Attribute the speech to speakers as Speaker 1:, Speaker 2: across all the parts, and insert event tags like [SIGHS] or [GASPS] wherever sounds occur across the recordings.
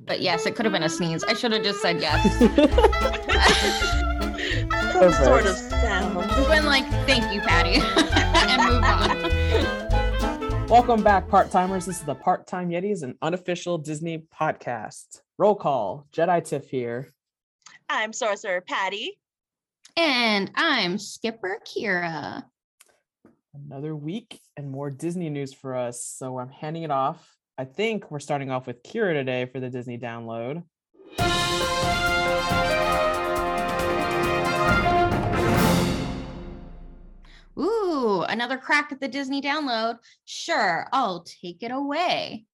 Speaker 1: But yes, it could have been a sneeze. I should have just said yes.
Speaker 2: Some sort of sound.
Speaker 1: We've been like, thank you, Patty, [LAUGHS] and move on.
Speaker 3: Welcome back, part timers. This is the Part Time Yetis, an unofficial Disney podcast. Roll call Jedi Tiff here.
Speaker 2: I'm Sorcerer Patty.
Speaker 1: And I'm Skipper Kira.
Speaker 3: Another week and more Disney news for us. So I'm handing it off. I think we're starting off with Kira today for the Disney download.
Speaker 1: Ooh, another crack at the Disney download. Sure, I'll take it away.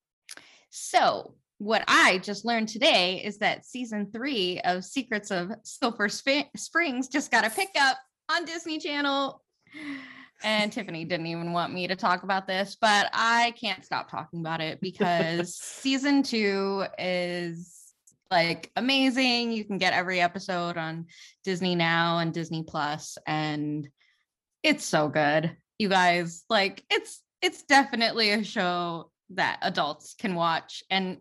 Speaker 1: So, what I just learned today is that season three of Secrets of Silver Sp- Springs just got a pickup on Disney Channel. And Tiffany didn't even want me to talk about this, but I can't stop talking about it because season two is like amazing. You can get every episode on Disney Now and Disney Plus, and it's so good you guys like it's it's definitely a show that adults can watch and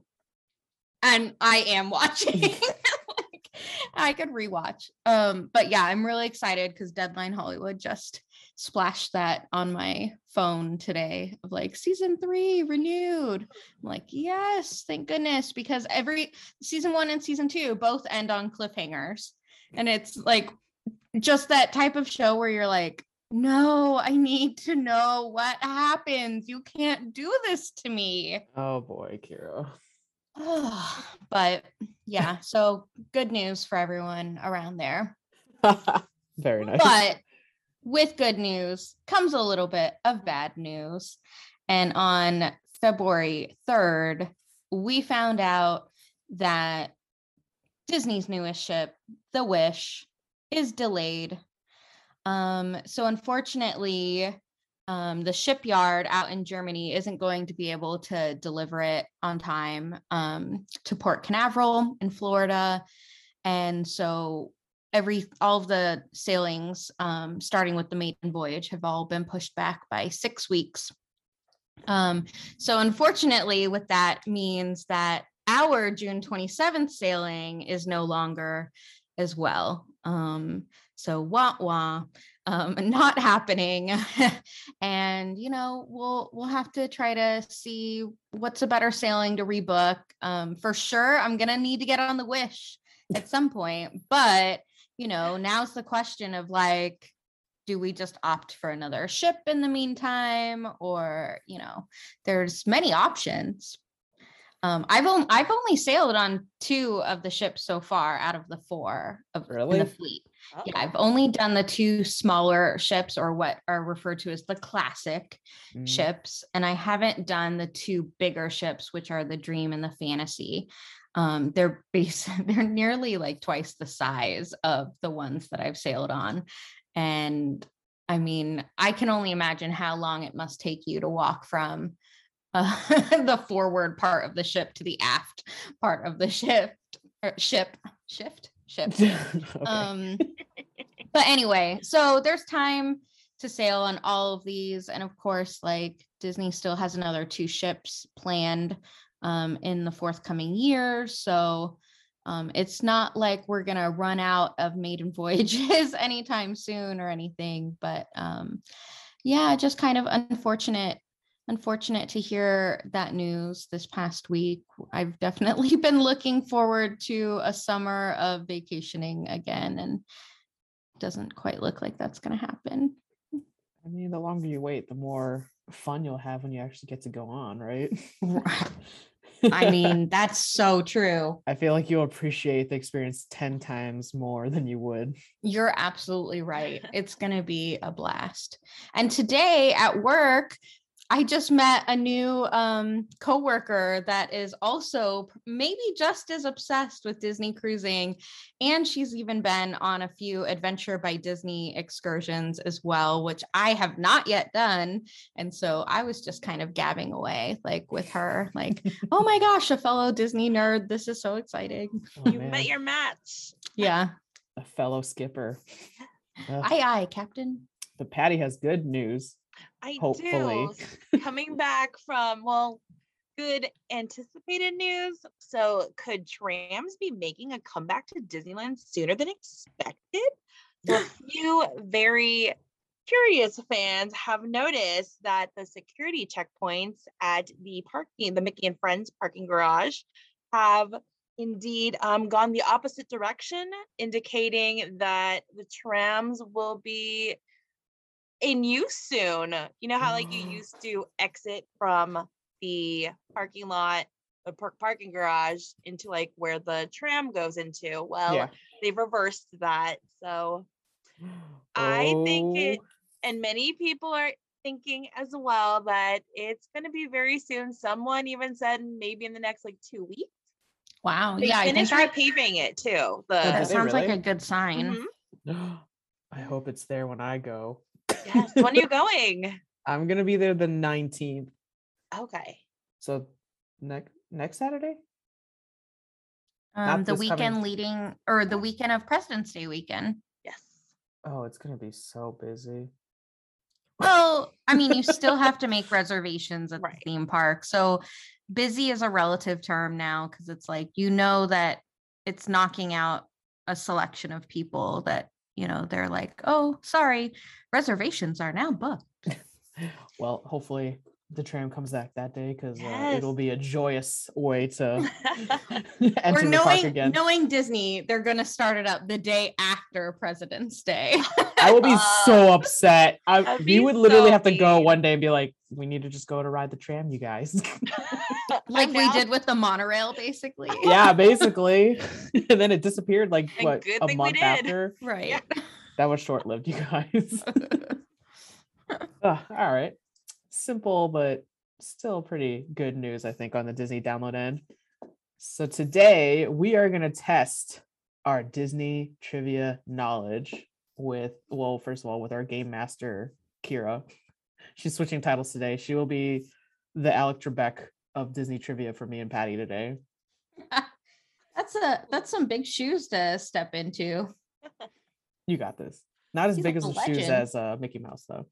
Speaker 1: and i am [LAUGHS] watching like i could rewatch um but yeah i'm really excited because deadline hollywood just splashed that on my phone today of like season three renewed i'm like yes thank goodness because every season one and season two both end on cliffhangers and it's like just that type of show where you're like no, I need to know what happens. You can't do this to
Speaker 3: [SIGHS]
Speaker 1: me.
Speaker 3: Oh boy, [LAUGHS] Kira.
Speaker 1: Ugh. but yeah, so good news for everyone around there.
Speaker 3: Very nice.
Speaker 1: But with good news comes a little bit of bad news. And on February 3rd, we found out that Disney's newest ship, The Wish, is delayed um, so unfortunately, um, the shipyard out in Germany isn't going to be able to deliver it on time um, to Port Canaveral in Florida, and so every all of the sailings, um, starting with the maiden voyage, have all been pushed back by six weeks. Um, so unfortunately, what that means that our June 27th sailing is no longer as well. Um, so wah wah, um, [LAUGHS] not happening. [LAUGHS] and you know, we'll we'll have to try to see what's a better sailing to rebook. Um, for sure, I'm gonna need to get on the Wish at some point. But you know, now's the question of like, do we just opt for another ship in the meantime, or you know, there's many options. Um, I've only I've only sailed on two of the ships so far out of the four of in
Speaker 3: Really?
Speaker 1: the fleet.
Speaker 3: Oh,
Speaker 1: Yeah, I've only done the two smaller ships or what are referred to as the classic
Speaker 3: Mm.
Speaker 1: ships, and I haven't done the two bigger ships, which are the Dream and the Fantasy. Um, they're [LAUGHS] base they're nearly like twice the size of the ones that I've sailed on, and I mean, I can only imagine how long it must take you to walk from [LAUGHS] uh, the forward part of the ship to the aft part of the ship, or ship, shift, ship.
Speaker 3: [LAUGHS] Okay.
Speaker 1: Um, but anyway, so there's time to sail on all of these, and of course, like Disney still has another two ships planned um, in the forthcoming year, so um, it's not like we're gonna run out of maiden [LAUGHS] voyages anytime soon or anything. But um, yeah, just kind of unfortunate. Unfortunate to hear that news this past week. I've definitely [LAUGHS] been looking forward to a summer of vacationing again, and doesn't quite look like that's going to happen.
Speaker 3: I mean, the longer you wait, the more fun you'll have when you actually get to go on, right?
Speaker 1: [LAUGHS] I mean, that's so true.
Speaker 3: [LAUGHS] I feel like you'll appreciate the experience 10 times more than you would.
Speaker 1: You're absolutely [LAUGHS] right. It's going to be a blast. And today at work, I just met a new um, coworker that is also p- maybe just as obsessed with Disney cruising, and she's even been on a few Adventure by Disney excursions as well, which I have not yet done. And so I was just kind of gabbing away, like with her, like, "Oh [LAUGHS] my gosh, a fellow Disney nerd! This is so [LAUGHS] exciting!"
Speaker 3: Oh,
Speaker 2: you
Speaker 3: man,
Speaker 2: met your match.
Speaker 1: Yeah,
Speaker 3: a fellow skipper. Ugh.
Speaker 1: aye, aye, Captain.
Speaker 3: but Patty has good news.
Speaker 2: I
Speaker 3: Hopefully. [LAUGHS]
Speaker 2: do. Coming back from, well, good anticipated news. So, could trams be making a comeback to Disneyland sooner than expected? So
Speaker 3: [LAUGHS]
Speaker 2: a few very curious fans have noticed that the security checkpoints at the parking, the Mickey and Friends parking garage, have indeed um, gone the opposite direction, indicating that the trams will be in use soon. You know how like you
Speaker 3: Mhm.
Speaker 2: used to exit from the parking lot, the par- parking garage into like where the tram goes into. Well,
Speaker 3: yeah.
Speaker 2: they've reversed that. So [GASPS] I think it- and many people are thinking as well that it's going to be very soon. Someone even said maybe in the next like two weeks.
Speaker 1: Wow.
Speaker 2: They
Speaker 1: yeah, I think
Speaker 2: finished
Speaker 1: that,
Speaker 2: repaving it too.
Speaker 1: that
Speaker 3: did
Speaker 2: The
Speaker 3: they
Speaker 1: Uh, sounds like
Speaker 3: really?
Speaker 1: a good sign.
Speaker 2: Mhm.
Speaker 3: it. Oh, [GASPS] I hope it's there when I go.
Speaker 2: yes. When are you going?
Speaker 3: I'm gonna be there the 19th.
Speaker 2: Okay.
Speaker 3: So next next Saturday?
Speaker 1: Um,
Speaker 3: Not
Speaker 1: the
Speaker 3: this coming-
Speaker 1: weekend leading or the weekend of President's Day weekend.
Speaker 2: Yes. [LAUGHS]
Speaker 3: Oh, it's gonna be so busy.
Speaker 1: Well, I mean, you still have to make reservations at
Speaker 2: Right.
Speaker 1: the theme park. So busy is a relative term now because it's like you know that it's knocking out a selection of people that you know they're like, oh, sorry, reservations are now booked.
Speaker 3: Well, hopefully the tram comes back that day because uh, it'll
Speaker 2: Yes.
Speaker 3: be a joyous way to
Speaker 2: [LAUGHS]
Speaker 3: [LAUGHS] enter the
Speaker 1: or
Speaker 3: park
Speaker 1: knowing
Speaker 3: again.
Speaker 1: knowing Disney, they're gonna start it up the day after President's [LAUGHS] Day.
Speaker 3: I will be
Speaker 2: [LAUGHS]
Speaker 3: so upset. I,
Speaker 2: I'd
Speaker 3: we
Speaker 2: be
Speaker 3: would literally
Speaker 2: so
Speaker 3: have to go
Speaker 2: mean.
Speaker 3: one day and be like, "We need to just go to ride the tram, you guys." [LAUGHS]
Speaker 1: like we
Speaker 2: now-
Speaker 1: did with the monorail, basically. [LAUGHS]
Speaker 2: [LAUGHS]
Speaker 3: yeah, basically. [LAUGHS] and then it disappeared like
Speaker 2: And
Speaker 3: what
Speaker 2: good
Speaker 3: a
Speaker 2: thing we
Speaker 3: month
Speaker 2: did.
Speaker 3: after.
Speaker 1: Right.
Speaker 2: Yeah.
Speaker 3: That was short lived, you
Speaker 2: [LAUGHS]
Speaker 3: guys. [LAUGHS] Ugh, all right. Simple, but still pretty good news, I think, on the Disney download end. So today we are going to test our Disney trivia knowledge with, well, first of all, with our game master, Kira. She's switching titles today. She will be the Alec Trebek of Disney trivia for me and Patty today.
Speaker 1: That's a that's some big shoes to step into.
Speaker 3: You got this. Not as
Speaker 1: He's
Speaker 3: big
Speaker 1: a
Speaker 3: as the shoes
Speaker 1: legend.
Speaker 3: as uh, Mickey Mouse, though.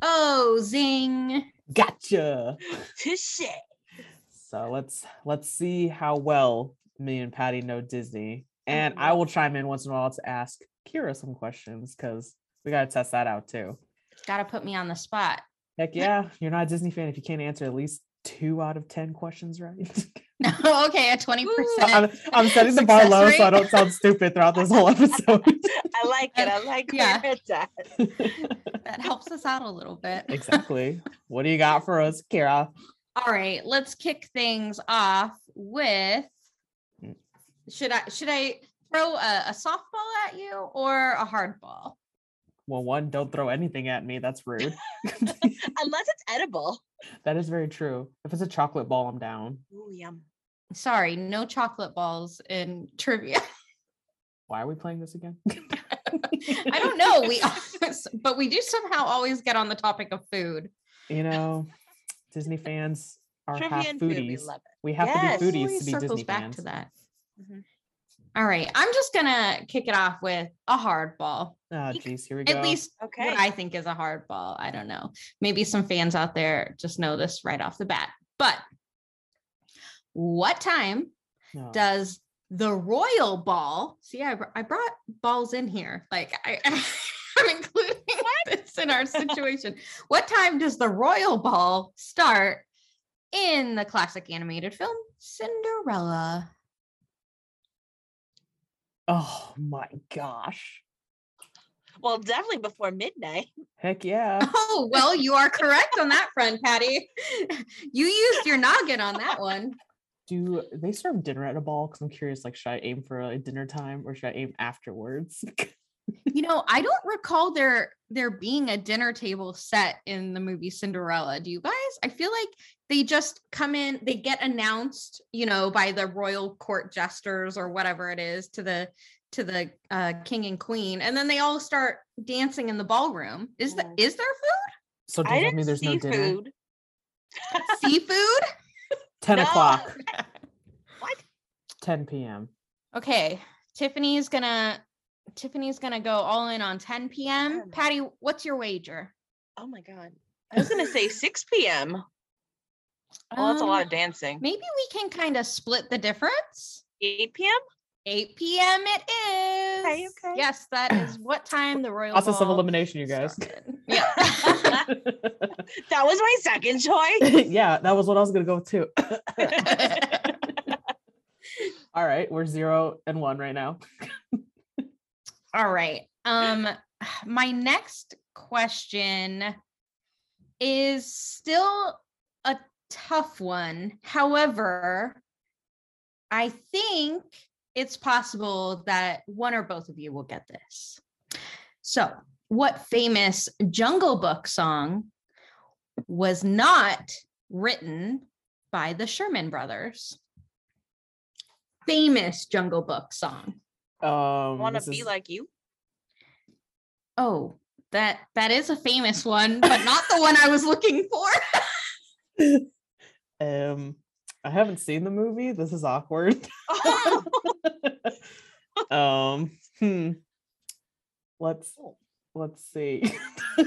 Speaker 1: Oh, zing.
Speaker 3: Gotcha.
Speaker 2: Touche.
Speaker 3: So let's let's see how well me and Patty know Disney. And I will chime in once in a while to ask Kira some questions because we gotta test that out too.
Speaker 1: Gotta put me on the spot. [LAUGHS]
Speaker 3: Heck yeah, you're not a Disney fan if you can't answer at least two out of ten questions
Speaker 1: [LAUGHS]
Speaker 3: right. [LAUGHS]
Speaker 1: okay, a
Speaker 3: So
Speaker 1: 20%.
Speaker 3: I'm, I'm setting the bar
Speaker 1: Success
Speaker 3: low so I
Speaker 1: rate.
Speaker 3: don't sound stupid throughout this whole episode.
Speaker 1: [LAUGHS]
Speaker 3: [LAUGHS]
Speaker 2: I like it. I like
Speaker 1: Yeah.
Speaker 2: where it's at.
Speaker 1: That helps us out a little bit.
Speaker 3: exactly. What do you got for us, Kira?
Speaker 1: [LAUGHS] All right, let's kick things off with
Speaker 3: Mm.
Speaker 1: should I should I throw a, a softball at you or a hardball?
Speaker 3: Well, one, don't throw anything at me. That's rude.
Speaker 2: Unless it's edible.
Speaker 3: that is very true. If it's a chocolate ball, I'm down.
Speaker 2: Ooh, yum.
Speaker 1: Sorry, no chocolate balls in trivia. [LAUGHS]
Speaker 3: Why are we playing this
Speaker 2: [LAUGHS]
Speaker 3: again? [LAUGHS]
Speaker 1: I don't know. [LAUGHS] We but we do somehow always get on the topic of food.
Speaker 3: you know, Disney fans are half
Speaker 2: Trivia and food. We
Speaker 3: foodies.
Speaker 2: love it.
Speaker 3: we have
Speaker 2: Yes.
Speaker 3: to be foodies
Speaker 1: always
Speaker 3: to be
Speaker 1: circles
Speaker 3: Disney
Speaker 1: back
Speaker 3: fans.
Speaker 1: to that.
Speaker 2: Mhm.
Speaker 1: All right, I'm just gonna kick it off with a hard ball.
Speaker 3: Oh,
Speaker 2: You-
Speaker 3: geez, here we go.
Speaker 1: At least
Speaker 2: Okay.
Speaker 1: what I think is a hard ball. I don't know. Maybe some fans out there just know this right off the bat. But what time
Speaker 3: No.
Speaker 1: does the royal ball? See, I, br- I brought balls in here. Like I, [LAUGHS] I'm including this in our situation. what time does the royal ball start in the classic animated film Cinderella?
Speaker 3: oh my gosh.
Speaker 2: well, definitely before midnight.
Speaker 3: Heck yeah.
Speaker 1: Oh, well, you are correct on that front, Patty. You used your noggin on that one.
Speaker 3: Do they serve dinner at a ball? Because I'm curious, like, should I aim for a dinner time or should I aim afterwards? [LAUGHS]
Speaker 1: You know, I don't recall there there being a dinner table set in the movie Cinderella. Do you guys? I feel like they just come in, they get announced, you know, by the royal court jesters or whatever it is to the to the uh, king and queen, and then they all start dancing in the ballroom. Is that
Speaker 2: Oh.
Speaker 1: is there
Speaker 3: so does
Speaker 2: I
Speaker 3: that mean
Speaker 2: didn't
Speaker 3: there's no
Speaker 2: see
Speaker 3: dinner?
Speaker 2: food.
Speaker 1: food? Seafood?
Speaker 3: 10
Speaker 2: No.
Speaker 3: o'clock,
Speaker 2: [LAUGHS] What?
Speaker 3: 10 p.m.
Speaker 1: Okay, Tiffany's gonna Tiffany's gonna go all in on 10 p.m.
Speaker 2: Ten.
Speaker 1: Patty, what's your wager?
Speaker 2: Oh my God. I was going to say 6 p.m. Well, that's a
Speaker 1: Um,
Speaker 2: lot of dancing.
Speaker 1: Maybe we can kind of split the difference.
Speaker 2: 8 p.m.
Speaker 1: 8 p.m. it is.
Speaker 2: Okay, okay.
Speaker 1: Yes, that is what time the Royal
Speaker 3: Process of
Speaker 1: Ball
Speaker 3: elimination, you guys.
Speaker 2: [LAUGHS]
Speaker 1: started. Yeah. [LAUGHS]
Speaker 2: That was my second choice.
Speaker 3: [LAUGHS] yeah, that was what I was gonna go with too. All right, we're zero and one right now.
Speaker 1: All right. Um [SIGHS] my next question is still a tough one. However, I think it's possible that one or both of you will get this. So, what famous Jungle Book song was not written by the Sherman brothers? Famous Jungle Book song.
Speaker 3: Um,
Speaker 2: Want
Speaker 3: this
Speaker 2: to be
Speaker 3: is-
Speaker 2: like you? [LAUGHS]
Speaker 1: Oh, that that is a famous one, but not the one I was looking for. [LAUGHS]
Speaker 3: Um, I haven't seen the movie. This is awkward. um, hmm. Let's let's see. [LAUGHS]
Speaker 1: Fun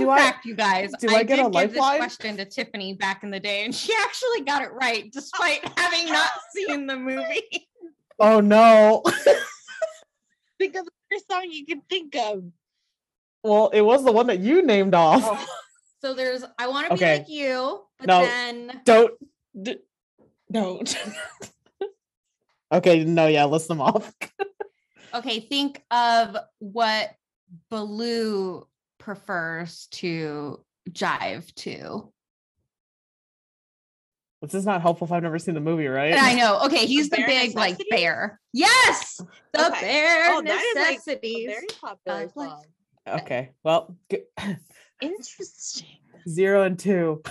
Speaker 3: Do I-
Speaker 1: fact, you guys,
Speaker 3: do I
Speaker 1: did
Speaker 3: get a
Speaker 1: give this
Speaker 3: lifeline?
Speaker 1: question to Tiffany back in the day, and she actually got it right, [LAUGHS] despite having not seen the movie.
Speaker 3: Oh no.
Speaker 2: think of the first song you can think of.
Speaker 3: [LAUGHS] Well, it was the one that you named off.
Speaker 1: So there's I want to
Speaker 3: Okay.
Speaker 1: be like you, but
Speaker 3: No.
Speaker 1: then
Speaker 3: [LAUGHS] Don't. D- don't. [LAUGHS] okay. No. Yeah. List them off. [LAUGHS]
Speaker 1: okay, think of what Baloo prefers to jive to.
Speaker 3: This is not helpful if I've never seen the movie, right?
Speaker 1: And I know. Okay, he's the
Speaker 2: Bare
Speaker 1: big like
Speaker 2: Necessities?
Speaker 1: bear. Yes, the
Speaker 2: Okay.
Speaker 1: bear
Speaker 2: Oh, that is, like, a
Speaker 1: necessities.
Speaker 2: Very popular
Speaker 1: Uh, like-
Speaker 2: song.
Speaker 3: Okay. Well, g- [LAUGHS]
Speaker 2: Interesting.
Speaker 3: zero and two.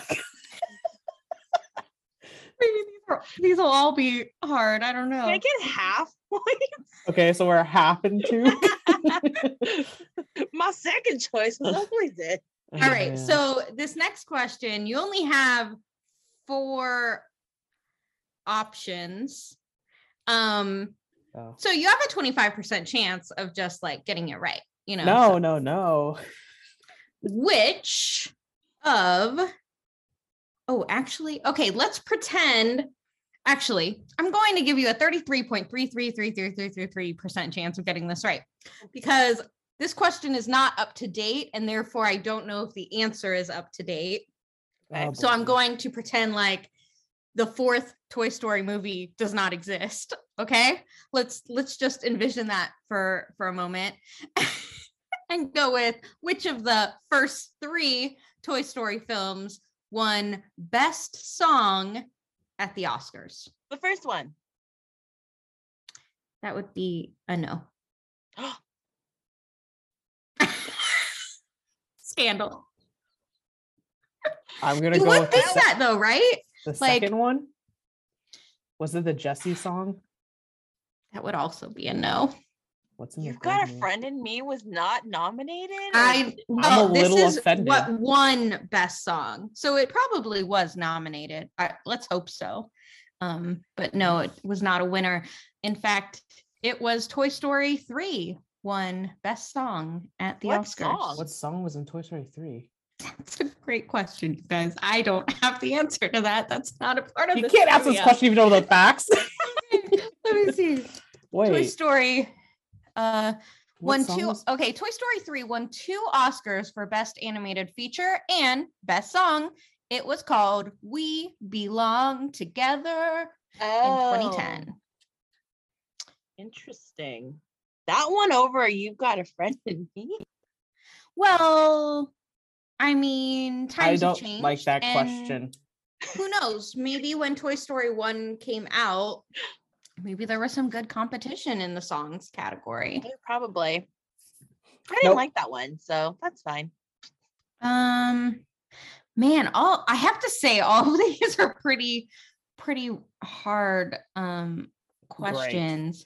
Speaker 1: Maybe these, are, these will all be hard. I don't know.
Speaker 2: Can I get half? [LAUGHS] point?
Speaker 3: Okay. So we're half and
Speaker 1: [LAUGHS]
Speaker 3: two.
Speaker 2: my second choice [LAUGHS] was always it.
Speaker 1: all right. So this next question, you only have four options. Um,
Speaker 3: Oh.
Speaker 1: so you have a 25% chance of just like getting it right, you know.
Speaker 3: No.
Speaker 1: so-
Speaker 3: No. No.
Speaker 1: Which of Oh, actually, okay, let's pretend actually, I'm going to give you a 33.333333% chance of getting this right. because this question is not up to date and therefore I don't know if the answer is up to date.
Speaker 3: Oh,
Speaker 1: so I'm
Speaker 3: boy.
Speaker 1: going to pretend like the fourth Toy Story movie does not exist. Okay? Let's let's just envision that for for a moment [LAUGHS] and go with which of the first 3 Toy Story films won best song at the Oscars.
Speaker 2: The first one.
Speaker 1: That would be a [GASPS] no. [LAUGHS] Scandal.
Speaker 3: I'm gonna
Speaker 1: You
Speaker 3: go
Speaker 1: would
Speaker 3: with
Speaker 1: think
Speaker 3: the,
Speaker 1: that though, right?
Speaker 3: se- the
Speaker 1: like-
Speaker 3: second one. Was it the Jesse song?
Speaker 1: That would also be a no.
Speaker 3: What's in the
Speaker 2: You've
Speaker 3: third
Speaker 2: got a
Speaker 3: one?
Speaker 2: friend in me was not nominated. or-
Speaker 1: I
Speaker 3: I'm
Speaker 1: well,
Speaker 3: a
Speaker 1: this
Speaker 3: little
Speaker 1: is
Speaker 3: offended.
Speaker 1: what won best song, so it probably was nominated. I, let's hope so. Um, but no, it was not a winner. In fact, it was Toy Story three won best song at the
Speaker 2: What
Speaker 1: Oscars.
Speaker 2: song?
Speaker 3: What song was in Toy Story three?
Speaker 1: [LAUGHS] That's a great question, you guys. I don't [LAUGHS] have the answer to that. That's not a part of.
Speaker 3: You
Speaker 1: this
Speaker 3: can't ask this
Speaker 1: trivia.
Speaker 3: question if you don't know the
Speaker 1: [LAUGHS]
Speaker 3: facts.
Speaker 1: Let me see. Toy
Speaker 3: Wait.
Speaker 1: Story. Uh,
Speaker 3: what
Speaker 1: won
Speaker 3: song
Speaker 1: two
Speaker 3: was-
Speaker 1: okay toy story 3 won two oscars for best animated feature and best song it was called we belong together
Speaker 3: Oh.
Speaker 1: in 2010
Speaker 2: oh, Interesting. That one over you've got a friend in me.
Speaker 1: well i mean times
Speaker 3: I don't
Speaker 1: have changed,
Speaker 3: like that question.
Speaker 1: and who knows maybe when toy story 1 came out maybe there was some good competition in the songs category
Speaker 2: Yeah, Probably. I didn't
Speaker 3: Nope.
Speaker 2: like that one, so that's fine.
Speaker 1: Um, man, all I have to say, all [LAUGHS] of these are pretty, pretty hard um
Speaker 3: Great.
Speaker 1: questions.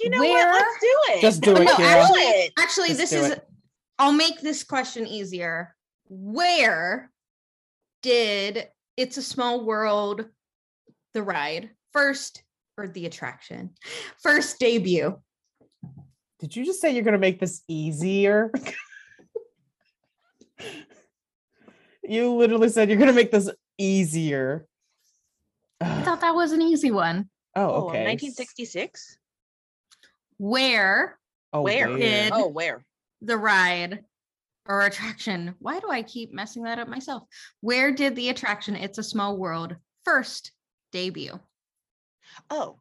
Speaker 2: You know
Speaker 1: Where-
Speaker 2: what? Let's do it.
Speaker 3: Just do it,
Speaker 1: No,
Speaker 3: Kira.
Speaker 1: actually,
Speaker 2: it.
Speaker 1: Actually,
Speaker 3: Let's
Speaker 1: this
Speaker 3: do
Speaker 1: is.
Speaker 3: it.
Speaker 1: I'll make this question easier. Where did It's a Small World, the ride first or the attraction first debut?
Speaker 3: Did you just say you're gonna make this easier? [LAUGHS] You literally said you're gonna make this easier. [SIGHS]
Speaker 1: I
Speaker 3: Ugh.
Speaker 1: thought that was an easy one.
Speaker 3: Oh, okay.
Speaker 2: 1966.
Speaker 1: Where
Speaker 3: Oh,
Speaker 2: Where?
Speaker 1: Kid.
Speaker 2: Oh, where?
Speaker 1: the ride or attraction, why do I keep messing that up myself? Where did the attraction It's a Small World first debut?
Speaker 2: Oh,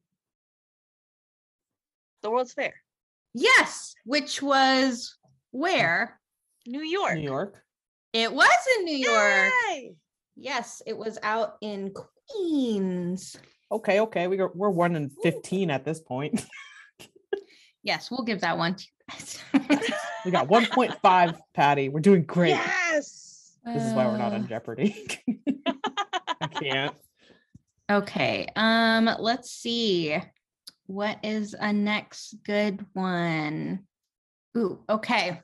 Speaker 2: the World's Fair,
Speaker 1: Yes, which was where?
Speaker 2: New York.
Speaker 3: New York.
Speaker 1: It was in New York.
Speaker 2: Yay!
Speaker 1: Yes, it was out in Queens.
Speaker 3: Okay, okay. We go, we're one in fifteen at this point. [LAUGHS]
Speaker 1: Yes, we'll give that one [LAUGHS] to you guys.
Speaker 3: We got one point five, Patty. We're doing great.
Speaker 2: Yes.
Speaker 3: This is why we're not
Speaker 1: Uh,
Speaker 3: [LAUGHS] on Jeopardy. I can't.
Speaker 1: Okay. Um, let's see. What is a next good one? Ooh, okay.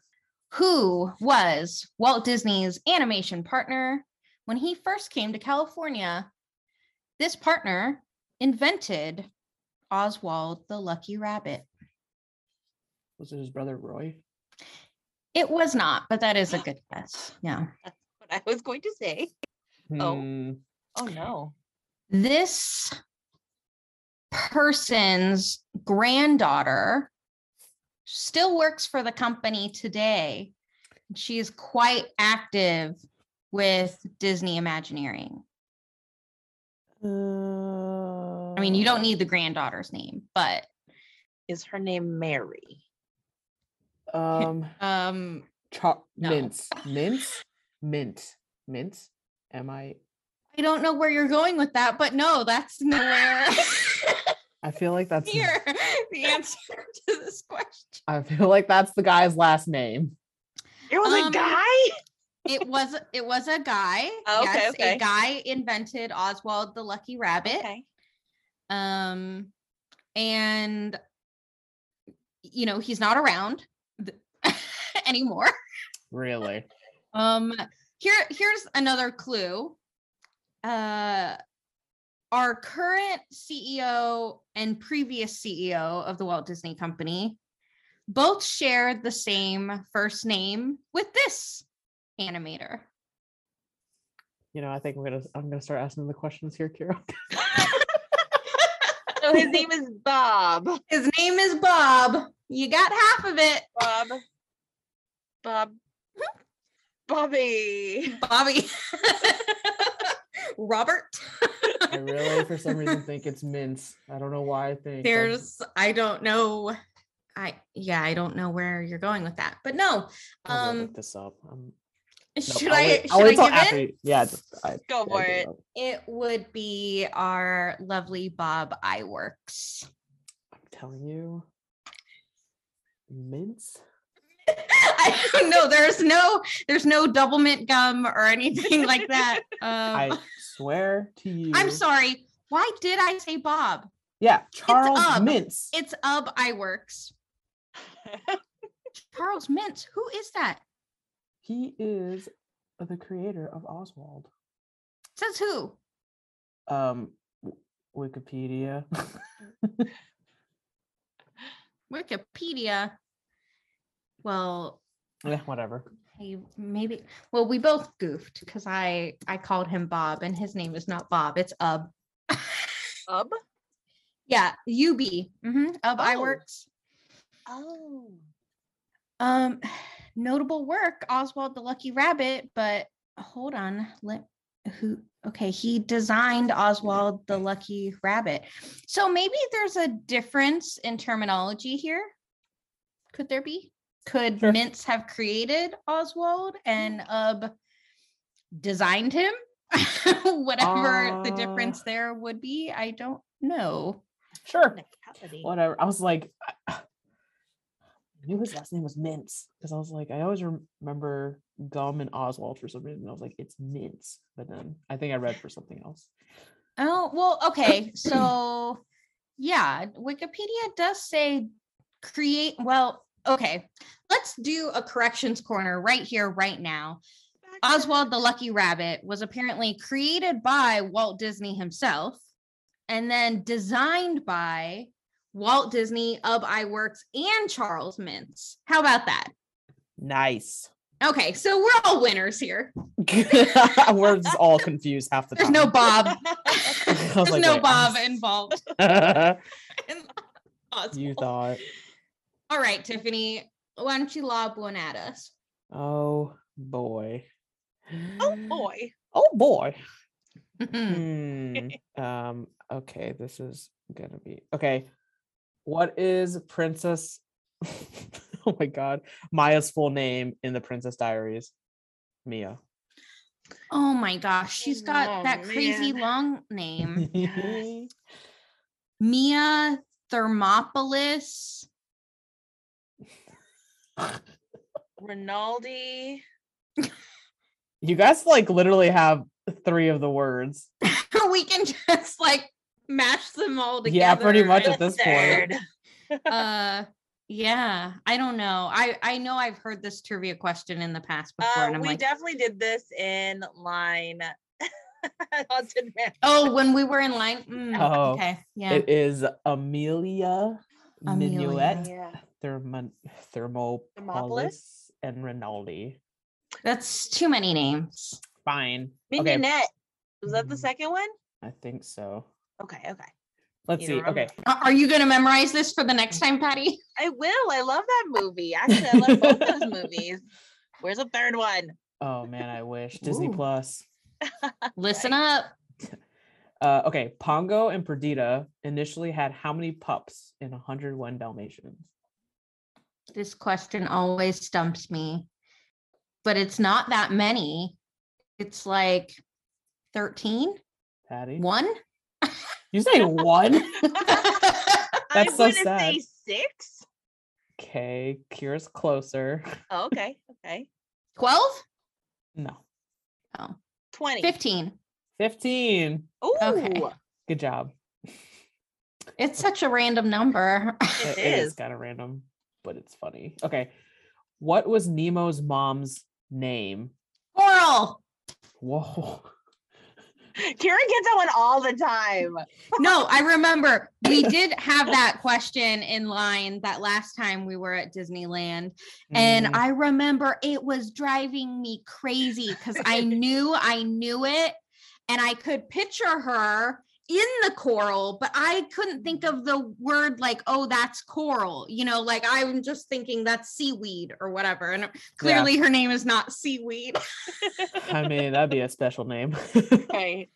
Speaker 1: Who was Walt Disney's animation partner when he first came to California? This partner invented Oswald the Lucky Rabbit.
Speaker 3: Was it his brother Roy?
Speaker 1: It was not, but that is a good guess. Yeah.
Speaker 2: What I was going to say. Oh.
Speaker 3: Hmm,
Speaker 2: Oh no.
Speaker 1: this person's granddaughter still works for the company today. and She is quite active with Disney Imagineering. I mean, you don't need the granddaughter's name, but
Speaker 2: Is her name Mary?
Speaker 3: Um,
Speaker 1: um
Speaker 3: cho-
Speaker 1: No.
Speaker 3: mints, mints, mint, mint. Am I?
Speaker 1: I don't know where you're going with that, but no, that's
Speaker 2: [LAUGHS]
Speaker 1: nowhere [LAUGHS]
Speaker 3: I feel like that's.
Speaker 1: near the answer to this question.
Speaker 3: [LAUGHS] I feel like that's the guy's last name.
Speaker 2: There was
Speaker 1: Um,
Speaker 2: a guy.
Speaker 1: It was it was a guy.
Speaker 2: Oh, okay, okay.
Speaker 1: A guy invented Oswald the Lucky Rabbit.
Speaker 2: Okay.
Speaker 1: um and you know he's not around th- [LAUGHS] anymore
Speaker 3: Really?
Speaker 1: um here here's another clue uh our current ceo and previous ceo of the walt disney company both shared the same first name with this animator
Speaker 3: You know, I think I'm gonna I'm gonna start asking the questions here, Kira.
Speaker 2: So his name is Bob.
Speaker 1: his name is bob you got half of it
Speaker 2: Bob. Bob. Bobby.
Speaker 1: Bobby. [LAUGHS] Robert.
Speaker 3: I
Speaker 1: [LAUGHS]
Speaker 3: really, for some reason, think it's mints. I don't know why. I think that's-
Speaker 1: There's I don't know. I yeah, I don't know where you're going with that. But no.
Speaker 3: I'm gonna
Speaker 1: Um
Speaker 3: look this up. Um,
Speaker 1: [LAUGHS]
Speaker 3: no,
Speaker 1: should
Speaker 3: I'll
Speaker 1: I
Speaker 3: wait-
Speaker 1: should
Speaker 3: I'll
Speaker 1: I
Speaker 3: wait till
Speaker 1: give
Speaker 3: after
Speaker 1: it?
Speaker 3: you- Yeah, just- I,
Speaker 2: Go for
Speaker 3: I give
Speaker 2: it.
Speaker 3: up.
Speaker 1: It would be our lovely Bob Iwerks. [LAUGHS]
Speaker 3: I'm telling you, mints.
Speaker 1: I [LAUGHS] don't know. There's no there's no double mint gum or anything like that.
Speaker 3: [LAUGHS]
Speaker 1: Um
Speaker 3: I swear to you.
Speaker 1: I'm sorry. Why did I say Bob?
Speaker 3: Yeah, Charles
Speaker 1: up.
Speaker 3: Mints.
Speaker 1: It's Ub Iwerks. Charles Mintz. Who is that?
Speaker 3: He is the creator of Oswald.
Speaker 1: Says who?
Speaker 3: Um, w- Wikipedia. [LAUGHS]
Speaker 1: Wikipedia. Well,
Speaker 3: Eh, Whatever.
Speaker 1: I maybe. Well, we both goofed because I I called him Bob, and his name is not Bob. It's Ub.
Speaker 2: Bob.
Speaker 1: Yeah, UB. Mm-hmm. Ub
Speaker 2: Oh.
Speaker 1: Iwerks.
Speaker 2: Oh.
Speaker 1: Um, [SIGHS] notable work, Oswald the Lucky Rabbit. But hold on, let who? Okay, he designed Oswald the Lucky Rabbit. So maybe there's a difference in terminology here. Could there be? Could
Speaker 3: Sure. Mm.
Speaker 1: Mintz have created Oswald and Ub designed him? [LAUGHS] Whatever the
Speaker 3: Uh,
Speaker 1: difference there would be, I don't know.
Speaker 3: Sure.
Speaker 2: Technicality.
Speaker 3: Whatever. I was like, [SIGHS] I, I knew his last name was Mints because I was like, I always rem- remember gum and Oswald for some reason. I was like, it's Mints, but then I think I read for something else.
Speaker 1: Oh, well, okay. So, yeah, Wikipedia does say create. Well, okay. Let's do a corrections corner right here, right now. Oswald the Lucky Rabbit was apparently created by Walt Disney himself and then designed by Walt Disney, Ub Iwerks, and Charles Mintz. How about that?
Speaker 3: Nice. [LAUGHS]
Speaker 4: Okay, so we're all winners here.
Speaker 3: We're just all confused half the
Speaker 1: There's
Speaker 3: time.
Speaker 1: no Bob.
Speaker 3: [LAUGHS] I was
Speaker 1: There's
Speaker 3: like,
Speaker 1: no
Speaker 3: wait,
Speaker 1: Bob
Speaker 3: I'm
Speaker 1: involved.
Speaker 3: [LAUGHS] s-
Speaker 4: And possible.
Speaker 3: you thought.
Speaker 4: All right, Tiffany, why don't you lob one at us?
Speaker 3: Oh boy.
Speaker 2: [LAUGHS] oh [LAUGHS] boy.
Speaker 3: Oh boy.
Speaker 1: Mhm.
Speaker 3: Hmm. Um, okay, this is gonna be okay. What is Princess? [LAUGHS] oh my god, Maya's full name in the Princess Diaries. Mia.
Speaker 1: oh my gosh, she's got
Speaker 2: Oh,
Speaker 1: that crazy
Speaker 2: man.
Speaker 1: long name.
Speaker 3: [LAUGHS]
Speaker 1: Mia Thermopolis. [LAUGHS]
Speaker 2: Rinaldi.
Speaker 3: you guys like literally have three of the words.
Speaker 4: we can just like mash them all together.
Speaker 3: Yeah, pretty much
Speaker 4: right?
Speaker 3: at this point.
Speaker 2: Third.
Speaker 3: [LAUGHS]
Speaker 1: uh yeah, I don't know. I I know I've heard this trivia question in the past before
Speaker 2: Uh,
Speaker 1: and I'm
Speaker 2: we
Speaker 1: like,
Speaker 2: definitely did this in line. [LAUGHS] Haunted Mansion.
Speaker 1: "Oh, when we were in line." Mm,
Speaker 3: Oh,
Speaker 1: okay. Yeah.
Speaker 3: It is Amelia, Minuet,
Speaker 2: Yeah.
Speaker 3: Thermon- Thermopolis, and Rinaldi.
Speaker 1: That's too many names.
Speaker 3: Fine. Okay,
Speaker 2: Mignonette. Was that the
Speaker 3: Mm.
Speaker 1: Mm-hmm.
Speaker 2: second one?
Speaker 3: I think so.
Speaker 2: Okay, okay.
Speaker 3: Let's
Speaker 2: You
Speaker 3: see.
Speaker 2: remember.
Speaker 3: Okay.
Speaker 1: Are are you going to memorize this for the next time, Patty?
Speaker 4: [LAUGHS]
Speaker 2: I will. I love that movie. Actually, I love both those movies. Where's the third one? [LAUGHS]
Speaker 3: Oh man, I wish Disney
Speaker 1: Ooh.
Speaker 3: Plus.
Speaker 1: Listen up.
Speaker 3: Uh, okay, Pongo and Perdita initially had how many pups in 101 Dalmatians?
Speaker 1: This question always stumps me, but it's not that many. It's like 13,
Speaker 3: Patty,
Speaker 1: one.
Speaker 3: you
Speaker 1: [LAUGHS]
Speaker 3: say one?
Speaker 2: I
Speaker 3: That's so
Speaker 2: wouldn't
Speaker 3: sad.
Speaker 2: say six.
Speaker 3: Okay, Kira's closer.
Speaker 2: Oh, okay, okay.
Speaker 1: 12,
Speaker 3: No,
Speaker 2: 20.
Speaker 1: 15.
Speaker 3: 15.
Speaker 2: Ooh,
Speaker 1: Okay.
Speaker 3: Good job.
Speaker 1: It's such a random number. [LAUGHS]
Speaker 3: it
Speaker 2: It
Speaker 3: is,
Speaker 2: is.
Speaker 3: kind of random, but it's funny. Okay, what was Nemo's mom's name?
Speaker 1: Coral.
Speaker 3: Whoa.
Speaker 2: Karen gets that one all the time.
Speaker 1: No, I remember we did have that question in line that last time we were at Disneyland. And
Speaker 3: Mm,
Speaker 1: I remember it was driving me crazy because I knew I knew it and I could picture her in the coral, but I couldn't think of the word like, oh, that's coral. You know, like I'm just thinking that's seaweed or whatever. And clearly her name is not seaweed.
Speaker 3: [LAUGHS] I mean, that'd be a special name. [LAUGHS]
Speaker 2: [LAUGHS] Right.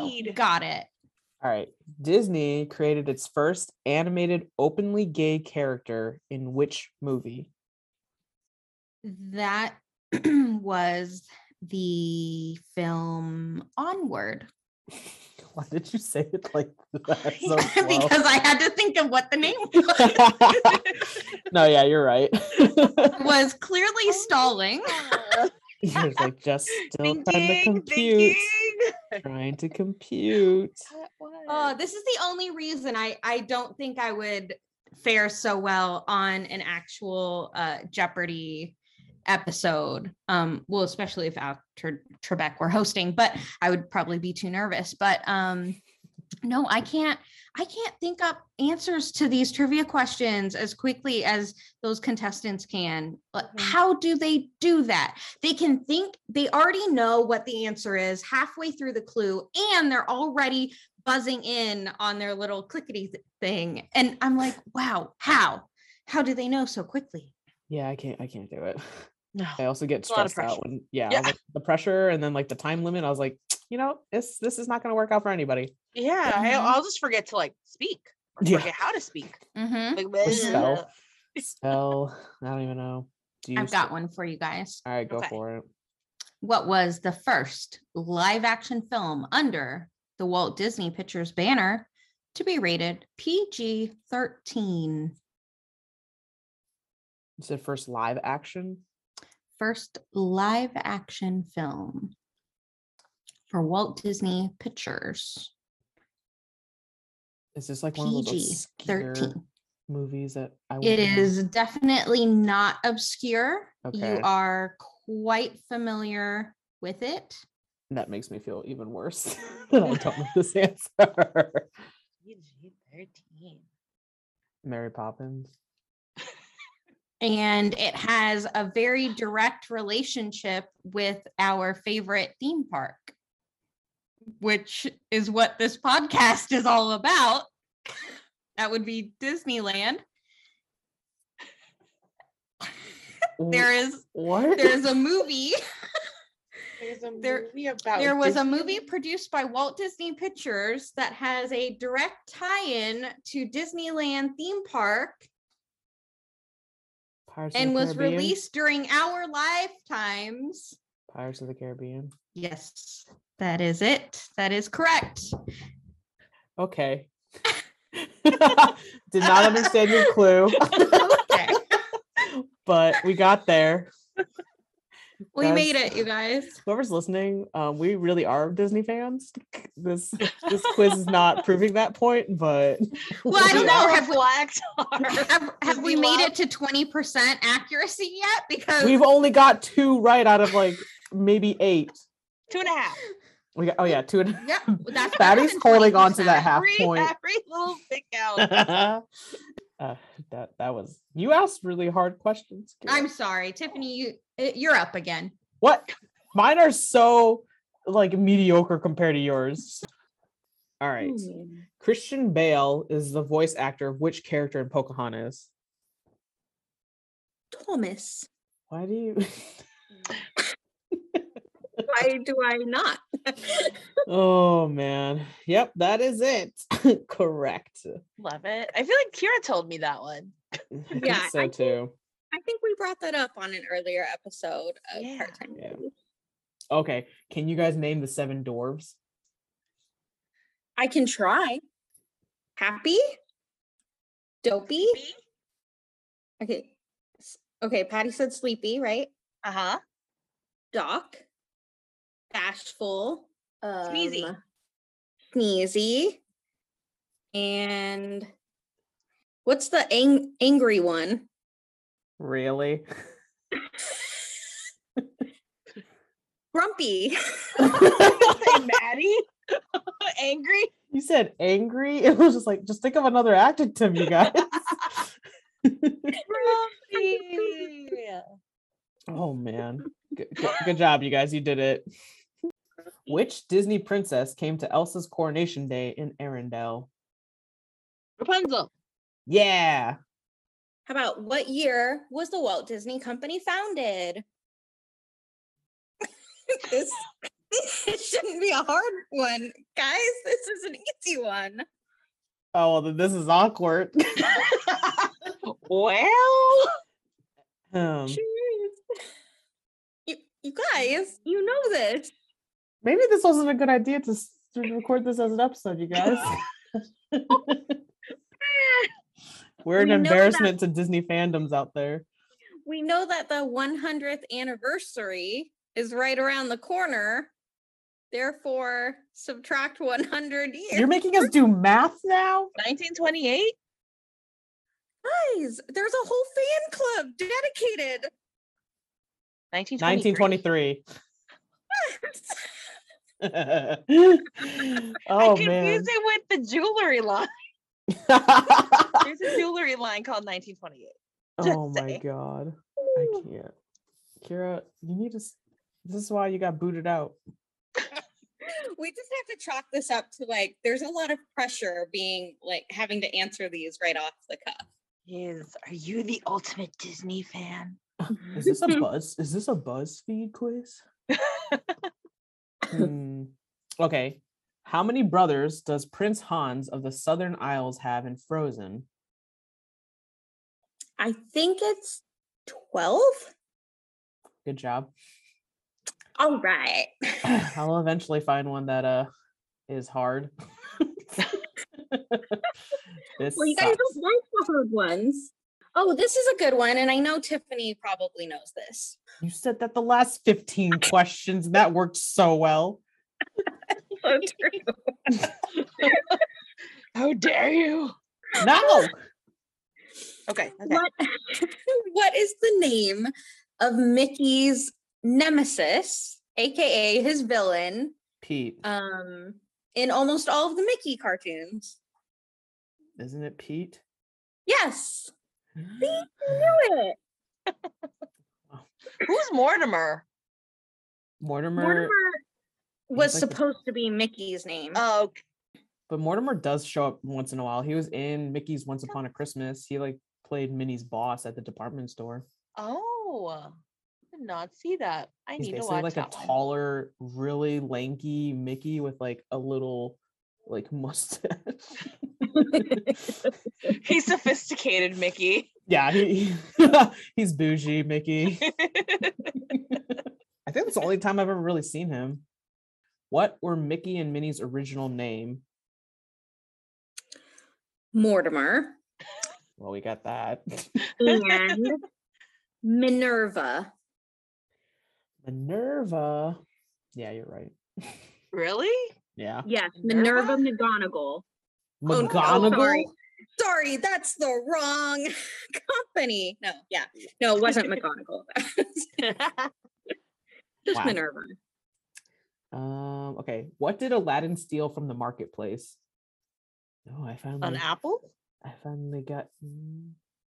Speaker 3: [LAUGHS]
Speaker 2: Seaweed.
Speaker 1: Got it.
Speaker 3: All right. Disney created its first animated openly gay character in which movie?
Speaker 1: That [CLEARS THROAT] was the film Onward
Speaker 3: [LAUGHS] Why did you say it
Speaker 2: [LAUGHS]
Speaker 3: like that? So
Speaker 1: [LAUGHS] because I had to think of what the [LAUGHS] name was.
Speaker 3: slow? [LAUGHS] no, yeah, you're right. [LAUGHS]
Speaker 1: was clearly stalling.
Speaker 3: You're like just still trying
Speaker 2: Ding,
Speaker 3: to
Speaker 2: ding, ding,
Speaker 3: compute,
Speaker 2: ding.
Speaker 3: trying to compute.
Speaker 2: That one.
Speaker 1: Oh, this is the only reason I I don't think I would fare so well on an actual uh Jeopardy episode. Um well, especially if Al Tre- Trebek were hosting, but I would probably be too nervous, but um no, I can't I can't think up answers to these trivia questions as quickly as those contestants can. Like,
Speaker 2: Mhm.
Speaker 1: How do they do that? They can think they already know what the answer is halfway through the clue and they're already buzzing in on their little clickety th- thing. And I'm like, wow, how? How do they know so quickly?
Speaker 3: Yeah, I can't I can't do it. [LAUGHS]
Speaker 2: No.
Speaker 3: I also get
Speaker 2: a lot of
Speaker 3: stressed out
Speaker 2: pressure.
Speaker 3: when yeah, I
Speaker 2: Yeah.
Speaker 3: was like, the pressure and then like the time limit. I was like, you know, this this is not gonna work out for anybody.
Speaker 2: Yeah, I,
Speaker 1: Mhm.
Speaker 2: I'll just forget to like speak or
Speaker 3: mm-hmm. Yeah.
Speaker 2: forget how to speak.
Speaker 1: Mm-hmm.
Speaker 2: Like,
Speaker 3: spell. Spell. I don't even know. Do
Speaker 1: I've
Speaker 3: spe-
Speaker 1: got one for you guys.
Speaker 3: All right, go
Speaker 2: Okay.
Speaker 3: for it.
Speaker 1: What was the first live action film under the Walt Disney Pictures banner to be rated PG 13?
Speaker 3: You said first live action.
Speaker 1: First live action film for Walt Disney Pictures.
Speaker 3: Is this like one of
Speaker 1: PG
Speaker 3: those obscure
Speaker 1: 13.
Speaker 3: movies that I?
Speaker 1: It
Speaker 3: wouldn't know?
Speaker 1: is definitely not obscure.
Speaker 3: Okay.
Speaker 1: You are quite familiar with it.
Speaker 3: That makes me feel even worse [LAUGHS]
Speaker 1: [LAUGHS]
Speaker 3: that I don't know this answer. [LAUGHS]
Speaker 2: PG-13.
Speaker 3: Mary Poppins.
Speaker 1: and it has a very direct relationship with our favorite theme park, which is what this podcast is all about. That would be Disneyland.
Speaker 3: W-
Speaker 1: There is
Speaker 3: what?
Speaker 1: there's a movie.
Speaker 2: There's a
Speaker 1: There-
Speaker 2: movie about
Speaker 1: There was a
Speaker 2: Disney-
Speaker 1: movie produced by Walt Disney Pictures that has a direct tie-in to Disneyland theme park
Speaker 3: Pirates of
Speaker 1: and
Speaker 3: the
Speaker 1: was
Speaker 3: Caribbean?
Speaker 1: released during our lifetimes.
Speaker 3: Pirates of the Caribbean.
Speaker 1: Yes, that is it. That is correct.
Speaker 3: Okay. [LAUGHS] Did
Speaker 1: [LAUGHS]
Speaker 3: not understand your clue,
Speaker 1: Okay.
Speaker 3: but we got there.
Speaker 1: we
Speaker 3: Guys.
Speaker 1: made it, you guys.
Speaker 3: Whoever's listening, um, we really are Disney fans. This this quiz is not proving that point, but
Speaker 1: [LAUGHS]
Speaker 2: [LAUGHS]
Speaker 1: Well, I
Speaker 2: Does
Speaker 1: don't
Speaker 2: that
Speaker 1: know. Have we,
Speaker 2: reflect our-
Speaker 1: [LAUGHS] have, have
Speaker 2: Disney
Speaker 1: we made
Speaker 2: love?
Speaker 1: it to 20% accuracy yet? Because
Speaker 3: we've only got two right out of like maybe eight.
Speaker 2: two and a half.
Speaker 3: We got oh yeah, two and [LAUGHS]
Speaker 1: yeah, that's better
Speaker 3: Batty's
Speaker 1: than
Speaker 3: holding on to that
Speaker 1: 20%.
Speaker 3: half
Speaker 2: [LAUGHS] every,
Speaker 3: point.
Speaker 2: Every little
Speaker 3: [LAUGHS]
Speaker 2: big out.
Speaker 3: uh, that that was you asked really hard questions. Kira.
Speaker 1: I'm sorry, Tiffany, you uh, you're up again.
Speaker 3: what mine are so like mediocre compared to yours. All right.
Speaker 2: Hmm.
Speaker 3: Christian Bale is the voice actor of which character in Pocahontas?
Speaker 4: Thomas.
Speaker 3: Why do you [LAUGHS]
Speaker 4: Why do I not? [LAUGHS]
Speaker 3: Oh man. Yep, that is it. [LAUGHS] Correct. [LAUGHS]
Speaker 2: Love it. I feel like Kira told me that one.
Speaker 3: I think
Speaker 4: Yeah,
Speaker 3: so
Speaker 4: I think-
Speaker 3: too.
Speaker 4: I think we brought that up on an earlier episode of
Speaker 2: Yeah.
Speaker 4: Part Time.
Speaker 3: Yeah. Okay. Can you guys name the seven dwarves?
Speaker 4: I can try. Happy? Dopey? Okay. S- Okay, Patty said sleepy, right?
Speaker 2: Uh huh. [LAUGHS]
Speaker 4: Doc. Bashful.
Speaker 2: Sneezy.
Speaker 4: um, Sneezy. And what's the ang- angry one? [LAUGHS]
Speaker 3: Really? [LAUGHS]
Speaker 4: Grumpy. [LAUGHS]
Speaker 2: Say Maddie. [LAUGHS] Angry.
Speaker 3: You said angry. [LAUGHS] It was just like, just think of another adjective, you
Speaker 4: [LAUGHS]
Speaker 3: guys.
Speaker 2: Grumpy.
Speaker 3: oh man. Good, good, good job, you guys. You did it. Which Disney princess came to Elsa's coronation day in Arendelle?
Speaker 2: [LAUGHS] Rapunzel. [LAUGHS]
Speaker 3: Yeah.
Speaker 4: How about what year was the Walt Disney Company founded? [LAUGHS] this, this shouldn't be a hard one, guys. This is an easy one.
Speaker 3: Oh well, then this is awkward. [LAUGHS]
Speaker 2: well,
Speaker 3: Um,
Speaker 4: Jeez. You, you guys, you know this.
Speaker 3: maybe this wasn't a good idea to, s- to record this as an episode,
Speaker 4: [LAUGHS]
Speaker 3: you guys. [LAUGHS] We're an
Speaker 4: We know that-
Speaker 3: embarrassment to Disney fandoms out there.
Speaker 4: We know that the 100th anniversary is right around the corner. Therefore, subtract 100 years.
Speaker 3: You're making us do math now?
Speaker 2: 1928.
Speaker 4: guys, there's a whole fan club dedicated. [LAUGHS]
Speaker 2: 1923.
Speaker 3: 1923. [LAUGHS]
Speaker 2: I
Speaker 3: oh
Speaker 2: confused
Speaker 3: man. [LAUGHS]
Speaker 4: [LAUGHS]
Speaker 2: it with the jewelry line. There's a jewelry line called 1928.
Speaker 3: oh my
Speaker 2: saying.
Speaker 3: god. I can't. Kira, you need to s- this is why you got booted out.
Speaker 4: we just have to chalk this up to like there's a lot of pressure being like having to answer these right off the cuff.
Speaker 2: Is are you the ultimate Disney fan?
Speaker 4: [LAUGHS]
Speaker 3: Is this a buzz? Is this a BuzzFeed quiz? Hmm. Okay. How many brothers does Prince Hans of the Southern Isles have in Frozen?
Speaker 4: I think it's 12.
Speaker 3: Good job.
Speaker 4: All [COUGHS] right. [SIGHS]
Speaker 3: I'll eventually find one that uh
Speaker 4: [LAUGHS]
Speaker 3: is hard. [LAUGHS] this
Speaker 4: Well, you guys
Speaker 3: sucks.
Speaker 4: don't like the hard ones. Oh, this is a good one. And I know Tiffany probably knows [LAUGHS] this.
Speaker 3: You said that the last [LAUGHS] 15 questions and that worked so well.
Speaker 2: How dare you?
Speaker 3: No.
Speaker 2: Okay. okay.
Speaker 1: [LAUGHS]
Speaker 4: what, what is the name of Mickey's nemesis, aka his villain,
Speaker 3: [LAUGHS] Pete.
Speaker 4: um, in almost all of the Mickey cartoons?
Speaker 3: Isn't it Pete?
Speaker 4: Yes.
Speaker 3: I
Speaker 4: Do it.
Speaker 2: Who's Mortimer?
Speaker 3: Mortimer,
Speaker 1: Mortimer was
Speaker 3: He's like the- Uh,
Speaker 1: supposed to be Mickey's name.
Speaker 2: Oh,
Speaker 3: but Mortimer does show up once in a while. He was in Mickey's Once Upon a Christmas. He like played Minnie's boss at the department store.
Speaker 2: oh, did not see that. I
Speaker 3: He's
Speaker 2: need to
Speaker 3: basically
Speaker 2: watch
Speaker 3: like a
Speaker 2: that. one.
Speaker 3: taller, really lanky Mickey with like a little like [LAUGHS]
Speaker 2: [LAUGHS]
Speaker 3: mustache.
Speaker 2: He's sophisticated, Mickey. [LAUGHS]
Speaker 3: yeah, he, [LAUGHS] he's bougie Mickey. I think that's the only time I've ever really seen him. What were Mickey and Minnie's original name?
Speaker 1: Mortimer
Speaker 3: Well, we got that. [LAUGHS]
Speaker 1: and Minerva.
Speaker 3: Minerva. Yeah, you're right.
Speaker 2: really?
Speaker 3: Yeah.
Speaker 1: Yes,
Speaker 2: Minerva?
Speaker 1: Minerva McGonagall. Oh, no,
Speaker 3: McGonagall.
Speaker 1: sorry. Sorry, that's the wrong [LAUGHS] company. No, yeah. No,
Speaker 3: [LAUGHS]
Speaker 1: it wasn't McGonagall. [LAUGHS] Just
Speaker 3: Wow.
Speaker 1: Minerva.
Speaker 3: um, okay. What did Aladdin steal from the marketplace? Oh, I
Speaker 2: [LAUGHS] An
Speaker 3: finally,
Speaker 2: apple?
Speaker 3: I finally got. mm,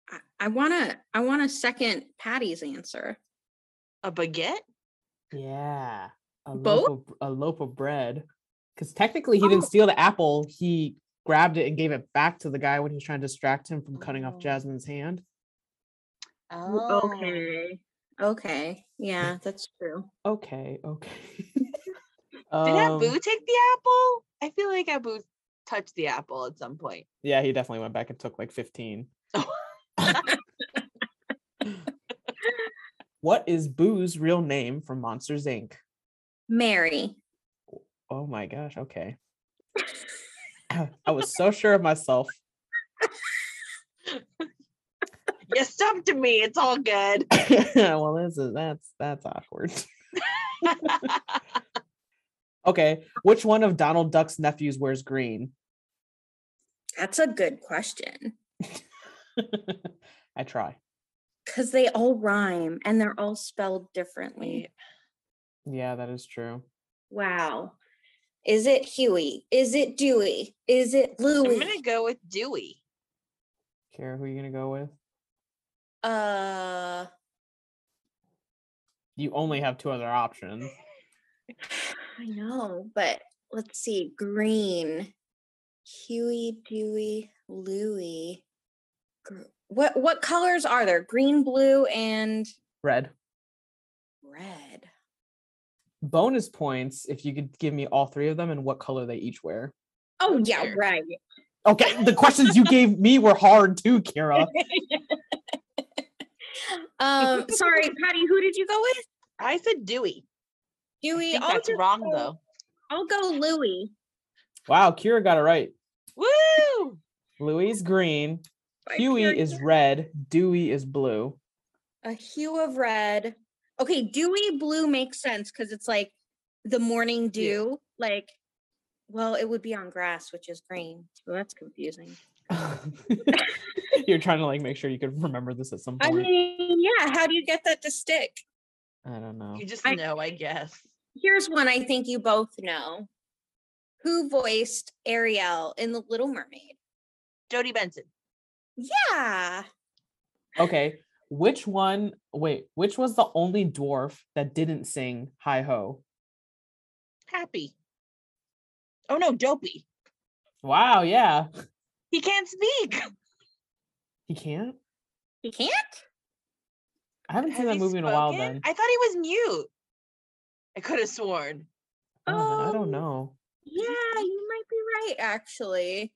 Speaker 1: I, I wanna I wanna second Patty's answer.
Speaker 2: A baguette?
Speaker 3: Yeah, a
Speaker 1: Both? Oh.
Speaker 3: loaf of, a loaf of bread. Because technically, he didn't steal the apple. He grabbed it and gave it back to the guy when he was trying to distract him from cutting
Speaker 2: Oh.
Speaker 3: off Jasmine's hand.
Speaker 2: Oh,
Speaker 1: Okay. Okay.
Speaker 2: [LAUGHS]
Speaker 1: Yeah, that's true.
Speaker 3: Okay, okay. [LAUGHS]
Speaker 2: Did
Speaker 3: Um,
Speaker 2: Abu take the apple? I feel like Abu touched the apple at some point.
Speaker 3: Yeah, he definitely went back and took like 15. What is Boo's real name from Monsters Inc?
Speaker 1: Mary.
Speaker 3: Oh my gosh, okay. [LAUGHS] I I was so sure of myself. [LAUGHS]
Speaker 2: You stumped me. It's all good. [LAUGHS]
Speaker 3: well, this is that's that's awkward. [LAUGHS] Okay, which one of Donald Duck's nephews wears green? [LAUGHS]
Speaker 1: That's a good question.
Speaker 3: I try.
Speaker 1: Because they all rhyme and they're all spelled differently.
Speaker 3: Yeah, that is true.
Speaker 1: Wow. Is it Huey? Is it Dewey? Is it
Speaker 2: I'm
Speaker 1: Louie?
Speaker 2: gonna go with Dewey.
Speaker 3: Kara, who are you gonna go with?
Speaker 1: Uh,
Speaker 3: You only have two other options.
Speaker 1: I know, but let's see. Green, Huey, Dewey, Louie. Gr- What what colors are there? Green, blue, and
Speaker 3: Red.
Speaker 1: red.
Speaker 3: Bonus points if you could give me all three of them and what color they each wear.
Speaker 1: Oh yeah,
Speaker 2: Sure.
Speaker 1: right.
Speaker 3: Okay, the questions you gave me were hard too, Kara.
Speaker 1: [LAUGHS] Um,
Speaker 2: [LAUGHS]
Speaker 1: sorry, Patty. Who did you go with?
Speaker 2: I said Dewey. I
Speaker 1: Dewey.
Speaker 2: think
Speaker 1: I'll
Speaker 2: that's
Speaker 1: just
Speaker 2: wrong
Speaker 1: go-
Speaker 2: though.
Speaker 1: I'll go Louie.
Speaker 3: [LAUGHS] Wow, Kira got it right.
Speaker 2: Woo!
Speaker 3: Louis green,
Speaker 1: by
Speaker 3: Huey
Speaker 1: Perry
Speaker 3: is
Speaker 1: Mason.
Speaker 3: red, Dewey is blue. [LAUGHS]
Speaker 1: a hue of red. Okay, dewy blue makes sense because it's like the morning
Speaker 2: Yeah.
Speaker 1: dew. Like, well, it would be on grass, which is green. So that's confusing.
Speaker 3: You're trying to like make sure you could remember this at some
Speaker 1: I
Speaker 3: point. I,
Speaker 1: mean, yeah, how do you get that to stick?
Speaker 3: don't know.
Speaker 2: [LAUGHS] You just
Speaker 1: I-
Speaker 2: know, I guess.
Speaker 1: Here's one I think you both know. Who voiced Ariel in The Little Mermaid?
Speaker 2: Jodie Benson.
Speaker 1: Yeah.
Speaker 3: Okay, which one? Wait, which was the only dwarf that didn't sing "Hi Ho"?
Speaker 2: Happy. Oh no, dopey.
Speaker 3: Wow, yeah,
Speaker 2: He can't speak.
Speaker 3: he can't.
Speaker 1: You can't?
Speaker 3: I haven't
Speaker 2: Has
Speaker 3: seen that
Speaker 2: he
Speaker 3: movie in a while.
Speaker 2: spoken?
Speaker 3: Then
Speaker 2: I thought he was mute. I could have sworn.
Speaker 3: Oh, then I
Speaker 2: um,
Speaker 1: Oh.
Speaker 3: don't know.
Speaker 1: Yeah, you might be right, actually.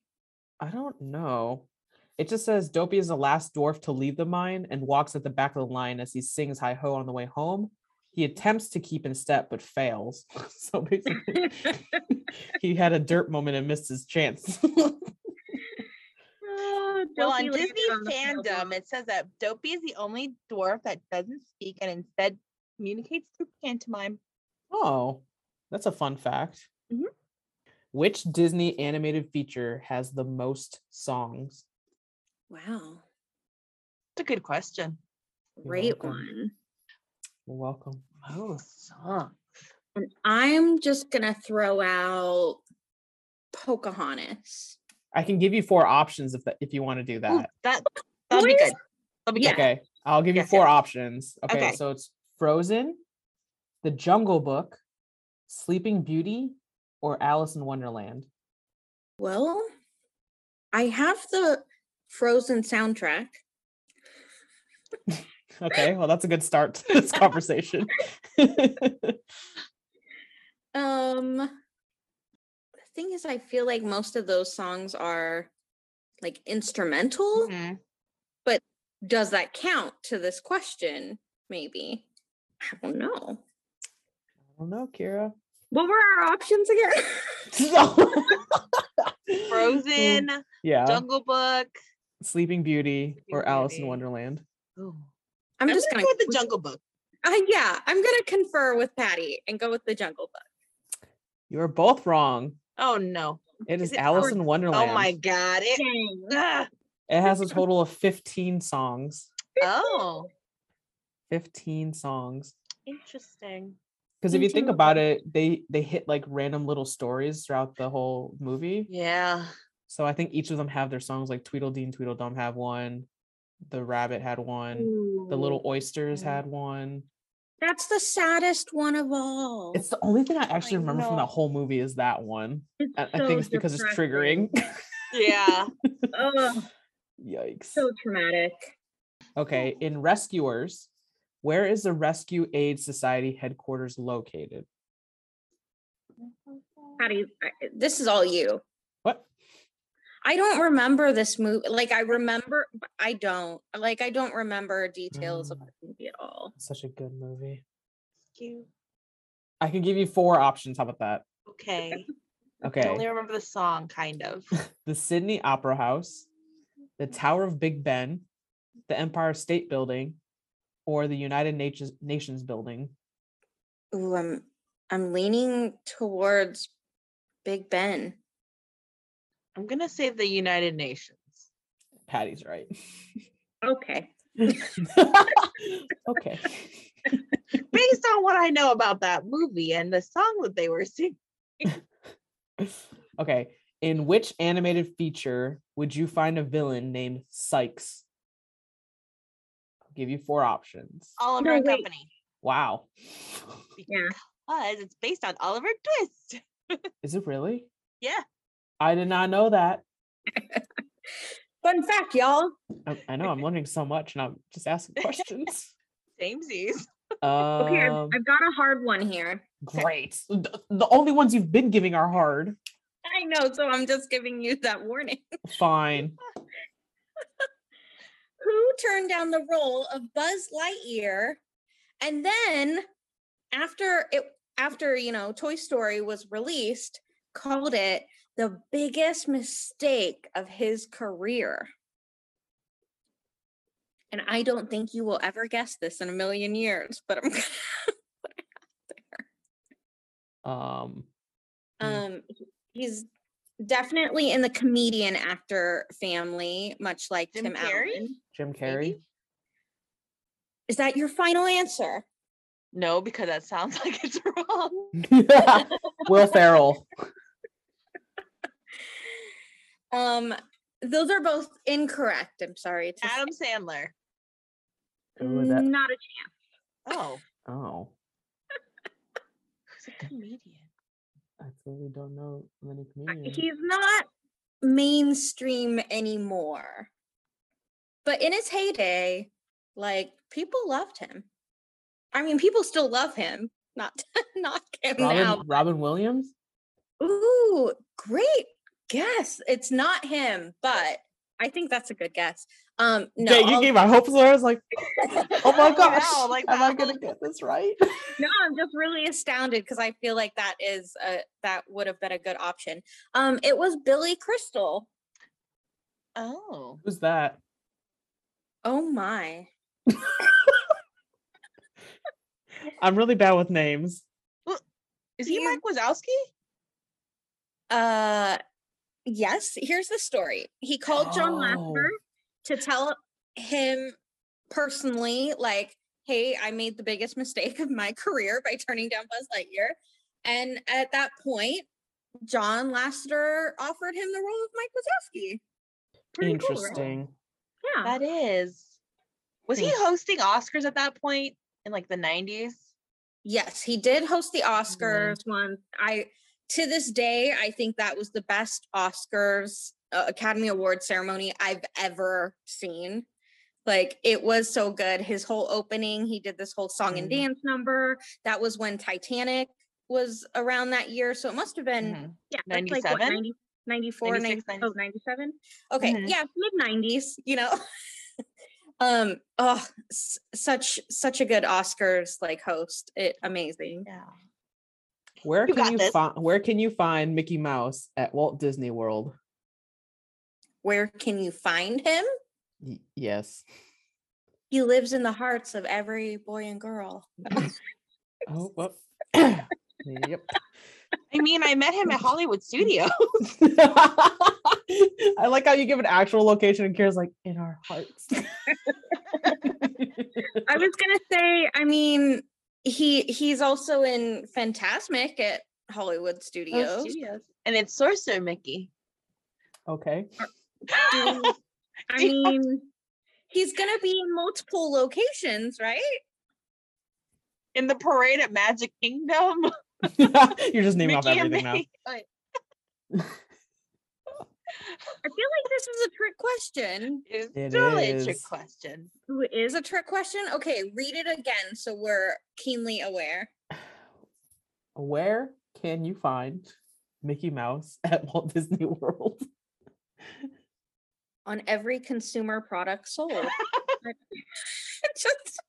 Speaker 3: I don't know. It just says Dopey is the last dwarf to leave the mine and walks at the back of the line as he sings "Hi Ho" on the way home. He attempts to keep in step but fails. [LAUGHS] so basically, he had a dirt moment and missed his chance. [LAUGHS]
Speaker 1: Oh,
Speaker 2: Well,
Speaker 1: Dopey
Speaker 2: on
Speaker 1: landed
Speaker 2: Disney
Speaker 1: on the floor.
Speaker 2: fandom, it says that Dopey is the only dwarf that doesn't speak and instead communicates through pantomime.
Speaker 3: Oh, that's a fun fact.
Speaker 2: Mhm.
Speaker 3: Which Disney animated feature has the most songs?
Speaker 1: Wow.
Speaker 2: It's a good question.
Speaker 3: You're
Speaker 1: Great
Speaker 3: welcome.
Speaker 1: one.
Speaker 3: You're welcome.
Speaker 2: Oh, song.
Speaker 1: And I'm just going to throw out Pocahontas.
Speaker 3: I can give you four options if that, if you want to do that.
Speaker 2: that that'll be
Speaker 1: Please?
Speaker 2: good. That'll be
Speaker 1: Yeah.
Speaker 2: good.
Speaker 3: Okay. I'll give you
Speaker 2: Yes,
Speaker 3: four
Speaker 2: yes.
Speaker 3: options. Okay,
Speaker 2: Okay.
Speaker 3: so it's Frozen, The Jungle Book, Sleeping Beauty, or Alice in Wonderland. [LAUGHS]
Speaker 1: Well, I have the Frozen soundtrack.
Speaker 3: Okay, well, that's a good start to
Speaker 2: [LAUGHS]
Speaker 3: this conversation. [LAUGHS]
Speaker 1: Um, the thing is, I feel like most of those songs are like instrumental.
Speaker 2: Mhm.
Speaker 1: Does that count to this question? Maybe. I don't know.
Speaker 3: I don't know, Kira.
Speaker 1: What were our options again? [LAUGHS]
Speaker 2: Frozen,
Speaker 3: [LAUGHS] Yeah.
Speaker 2: Jungle Book.
Speaker 3: Sleeping Beauty or
Speaker 2: Sleeping
Speaker 3: Alice in
Speaker 2: Beauty.
Speaker 3: Wonderland.
Speaker 1: I'm, just gonna,
Speaker 2: go with the Jungle Book.
Speaker 1: uh, yeah, I'm gonna confer with Patty and go with the Jungle Book.
Speaker 3: You are both wrong.
Speaker 2: Oh no!
Speaker 3: It is,
Speaker 2: it
Speaker 3: Alice
Speaker 2: Frozen?
Speaker 3: in Wonderland.
Speaker 2: Oh my God! It. Ah.
Speaker 3: It
Speaker 2: [LAUGHS]
Speaker 3: has a total of 15 songs.
Speaker 2: Oh,
Speaker 3: 15 songs.
Speaker 2: interesting.
Speaker 3: Because if you think
Speaker 1: 15
Speaker 3: about it, they they hit like random little stories throughout the whole movie.
Speaker 2: Yeah.
Speaker 3: So I think each of them have their songs like Tweedledee and Tweedledum have one, the rabbit had one, the little oysters
Speaker 2: Mm.
Speaker 3: had one.
Speaker 1: That's the saddest one of all.
Speaker 3: It's the only thing I actually remember from
Speaker 2: know.
Speaker 3: that whole movie is that one.
Speaker 1: It's
Speaker 3: I, I
Speaker 1: so
Speaker 3: think it's because it's triggering. [LAUGHS]
Speaker 1: depressing.
Speaker 2: Yeah.
Speaker 1: Ugh,
Speaker 3: Yikes.
Speaker 1: so traumatic.
Speaker 3: Okay, in rescuers, where is the Rescue Aid Society headquarters located?
Speaker 1: Patty, I- this is all you.
Speaker 3: What?
Speaker 1: I don't remember this movie. Like I remember, but I don't. Like I don't remember details of
Speaker 3: Mm.
Speaker 1: the movie at all.
Speaker 3: Such a good movie.
Speaker 2: Cute.
Speaker 3: I can give you four options. How about that?
Speaker 2: Okay. I only
Speaker 3: Okay.
Speaker 2: remember the song, kind
Speaker 3: [LAUGHS]
Speaker 2: of.
Speaker 3: The Sydney Opera House, the Tower of Big Ben, the Empire State Building, or the United Nations Nations Building.
Speaker 1: Ooh, I'm I'm leaning towards Big Ben.
Speaker 2: I'm gonna say the United Nations.
Speaker 3: Patty's right. [LAUGHS]
Speaker 1: Okay.
Speaker 3: okay.
Speaker 2: Based on what I know about that movie and the song that they were singing.
Speaker 3: Okay. In which animated feature would you find a villain named Sykes? I'll give you four options.
Speaker 2: Oliver and
Speaker 1: wait.
Speaker 2: Company.
Speaker 3: Wow.
Speaker 1: Yeah.
Speaker 2: Because it's based on Oliver Twist. [LAUGHS]
Speaker 3: Is it really?
Speaker 2: Yeah.
Speaker 3: I did not know that.
Speaker 1: Fun fact, y'all.
Speaker 3: I, I know I'm learning so much and I'm just asking questions.
Speaker 2: Samesies.
Speaker 3: Um,
Speaker 1: Okay, I've, I've got a hard one here.
Speaker 3: great. The, the only ones you've been giving are hard.
Speaker 1: I know, so I'm just giving you that warning.
Speaker 2: [LAUGHS]
Speaker 3: Fine.
Speaker 1: Who turned down the role of Buzz Lightyear? And then after it after, you know, Toy Story was released, called it the biggest mistake of his career. And I don't think you will ever guess this in a million years, but I'm gonna
Speaker 3: Um,
Speaker 2: Hmm.
Speaker 3: Mm.
Speaker 1: Um, he- he's definitely in the comedian actor family, much like
Speaker 2: Jim
Speaker 1: Tim
Speaker 2: Carrey?
Speaker 1: Allen.
Speaker 3: Jim Carrey.
Speaker 2: Maybe.
Speaker 1: Is that your final answer?
Speaker 2: No, because that sounds [LAUGHS] like it's wrong. [LAUGHS]
Speaker 3: [LAUGHS] Will Ferrell.
Speaker 1: Um, those are both incorrect. I'm sorry. To
Speaker 2: Adam Sandler.
Speaker 1: say.
Speaker 3: Ooh, that-
Speaker 1: Not a chance.
Speaker 2: Oh,
Speaker 3: Oh,
Speaker 2: who's a comedian?
Speaker 3: I really don't know many comedians.
Speaker 1: He's not mainstream anymore, but in his heyday, like people loved him. I mean, people still love him. Not [LAUGHS] not him now.
Speaker 3: Robin, Robin Williams.
Speaker 1: Ooh, great guess. It's not him, but I think that's a good guess. Um, no,
Speaker 3: Dang, you
Speaker 1: I'll-
Speaker 3: gave my hopes. I was like,
Speaker 2: [LAUGHS]
Speaker 3: oh my
Speaker 2: know,
Speaker 3: gosh,
Speaker 2: like
Speaker 3: am I
Speaker 2: that
Speaker 3: gonna
Speaker 2: whole-
Speaker 3: get this right? [LAUGHS]
Speaker 1: no, I'm just really astounded because I feel like that is a that would have been a good option. Um, it was Billy Crystal.
Speaker 2: Oh.
Speaker 3: Who's that?
Speaker 1: Oh my.
Speaker 3: I'm really bad with names.
Speaker 2: Is he
Speaker 1: You-
Speaker 2: Mike Wazowski?
Speaker 1: Uh, yes. Here's the story. He called John Lasseter
Speaker 3: Oh.
Speaker 1: to tell him personally, like, hey, I made the biggest mistake of my career by turning down Buzz Lightyear. And at that point, John Lasseter offered him the role of Mike Wazowski. Pretty cool, right?
Speaker 3: Interesting.
Speaker 1: Yeah.
Speaker 2: That is. Was he hosting Oscars at that point in like the 90s?
Speaker 1: Yes, he did host the Oscars one. I to this day, I think that was the best Oscars uh, Academy Award ceremony I've ever seen. Like it was so good. His whole opening, he did this whole song and
Speaker 2: Mhm.
Speaker 1: dance number. That was when Titanic was around that year, so it must have been
Speaker 2: Mhm.
Speaker 3: Mm-hmm.
Speaker 1: yeah, that's like what,
Speaker 2: 97?
Speaker 1: 90 94,
Speaker 2: 96,
Speaker 1: 90 oh, Mm-hmm. 97. Okay,
Speaker 2: Mhm.
Speaker 1: yeah, mid 90s, you know. [LAUGHS] um, oh, s- such such a good Oscars like host. It amazing.
Speaker 2: Yeah.
Speaker 3: Where
Speaker 2: You
Speaker 3: can
Speaker 2: got
Speaker 3: you
Speaker 2: this.
Speaker 3: find where can you find Mickey Mouse at Walt Disney World?
Speaker 1: Where can you find him?
Speaker 3: Y- yes.
Speaker 1: He lives in the hearts of every boy and girl.
Speaker 3: Oh, whoop. [COUGHS] yep.
Speaker 2: I mean, I met him at [LAUGHS] Hollywood Studio.
Speaker 3: [LAUGHS] I like how you give an actual location and Kira's like in our hearts. [LAUGHS]
Speaker 1: I was gonna say, I mean, he he's also in Fantasmic at Hollywood Studios.
Speaker 2: And it's Sorcerer Mickey.
Speaker 3: okay. [LAUGHS]
Speaker 1: [LAUGHS] Do- I
Speaker 2: Do you have
Speaker 1: mean, he's gonna be in multiple locations, right?
Speaker 2: in the parade at Magic
Speaker 3: [LAUGHS]
Speaker 2: Kingdom.
Speaker 3: You're just naming off
Speaker 2: Mickey and
Speaker 3: everything now.
Speaker 2: Minnie. [LAUGHS]
Speaker 3: [LAUGHS]
Speaker 2: Like,
Speaker 1: I feel like this is a trick question.
Speaker 2: It's
Speaker 3: It
Speaker 2: totally a trick
Speaker 3: is.
Speaker 2: question.
Speaker 1: Who is a trick question? Okay, read it again so we're keenly aware.
Speaker 3: Where can you find Mickey Mouse at Walt Disney World? [LAUGHS]
Speaker 1: On every consumer product sold. I- [LAUGHS] Just,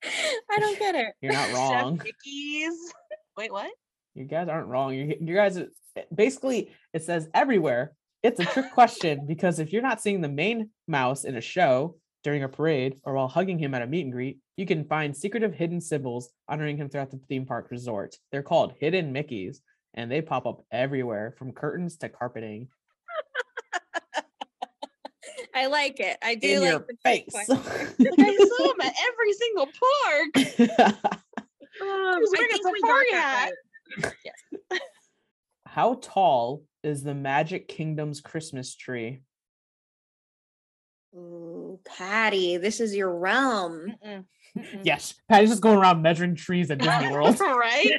Speaker 1: I don't get it.
Speaker 3: You're not wrong.
Speaker 2: Chef Mickey's. [LAUGHS] Wait, what?
Speaker 3: [LAUGHS] You guys aren't wrong. You, you guys are- basically it says everywhere. It's a trick question because if you're not seeing the main mouse in a show during a parade or while hugging him at a meet and greet, you can find secretive hidden symbols honoring him throughout the theme park resort. They're called hidden Mickeys and they pop up everywhere from curtains to carpeting
Speaker 1: I like it. I do
Speaker 3: in
Speaker 1: like
Speaker 3: your
Speaker 1: the trick
Speaker 3: face.
Speaker 1: question.
Speaker 2: Like, I saw him at every single park.
Speaker 1: Um,
Speaker 2: He's
Speaker 1: I
Speaker 2: wearing a
Speaker 1: think we got
Speaker 2: safari
Speaker 1: that
Speaker 2: hat.
Speaker 1: right.
Speaker 3: [LAUGHS] How tall is the Magic Kingdom's Christmas tree?
Speaker 1: Ooh, Patty, this is your realm.
Speaker 2: Mm-mm.
Speaker 1: Hmm.
Speaker 2: Mm-mm.
Speaker 3: Yes, Patty's just going around measuring trees at Disney
Speaker 2: [LAUGHS]
Speaker 3: World. [LAUGHS]
Speaker 2: right?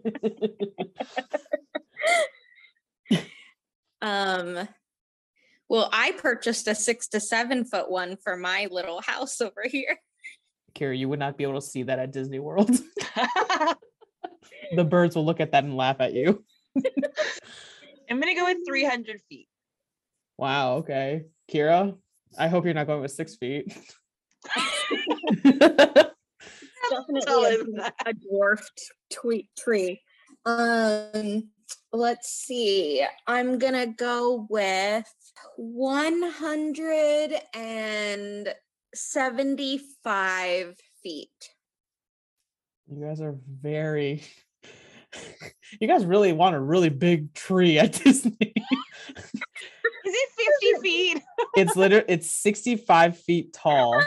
Speaker 1: [LAUGHS] Um, well, I purchased a six to seven foot one for my little house over here.
Speaker 3: Kira, you would not be able to see that at Disney World. [LAUGHS] the birds will look at that and laugh at you.
Speaker 2: I'm gonna go with [LAUGHS] 300 feet.
Speaker 3: Wow. Okay. Kira, I hope you're not going with six feet. [LAUGHS]
Speaker 2: Tell
Speaker 1: Definitely
Speaker 2: him that.
Speaker 1: a, a dwarfed tweet tree. Um, let's see. I'm gonna go with one hundred and seventy-five feet.
Speaker 3: you guys are very. You guys really want a really big tree at [LAUGHS] Disney.
Speaker 2: Is it 50 [LAUGHS] feet?
Speaker 3: It's literally it's 65 feet tall.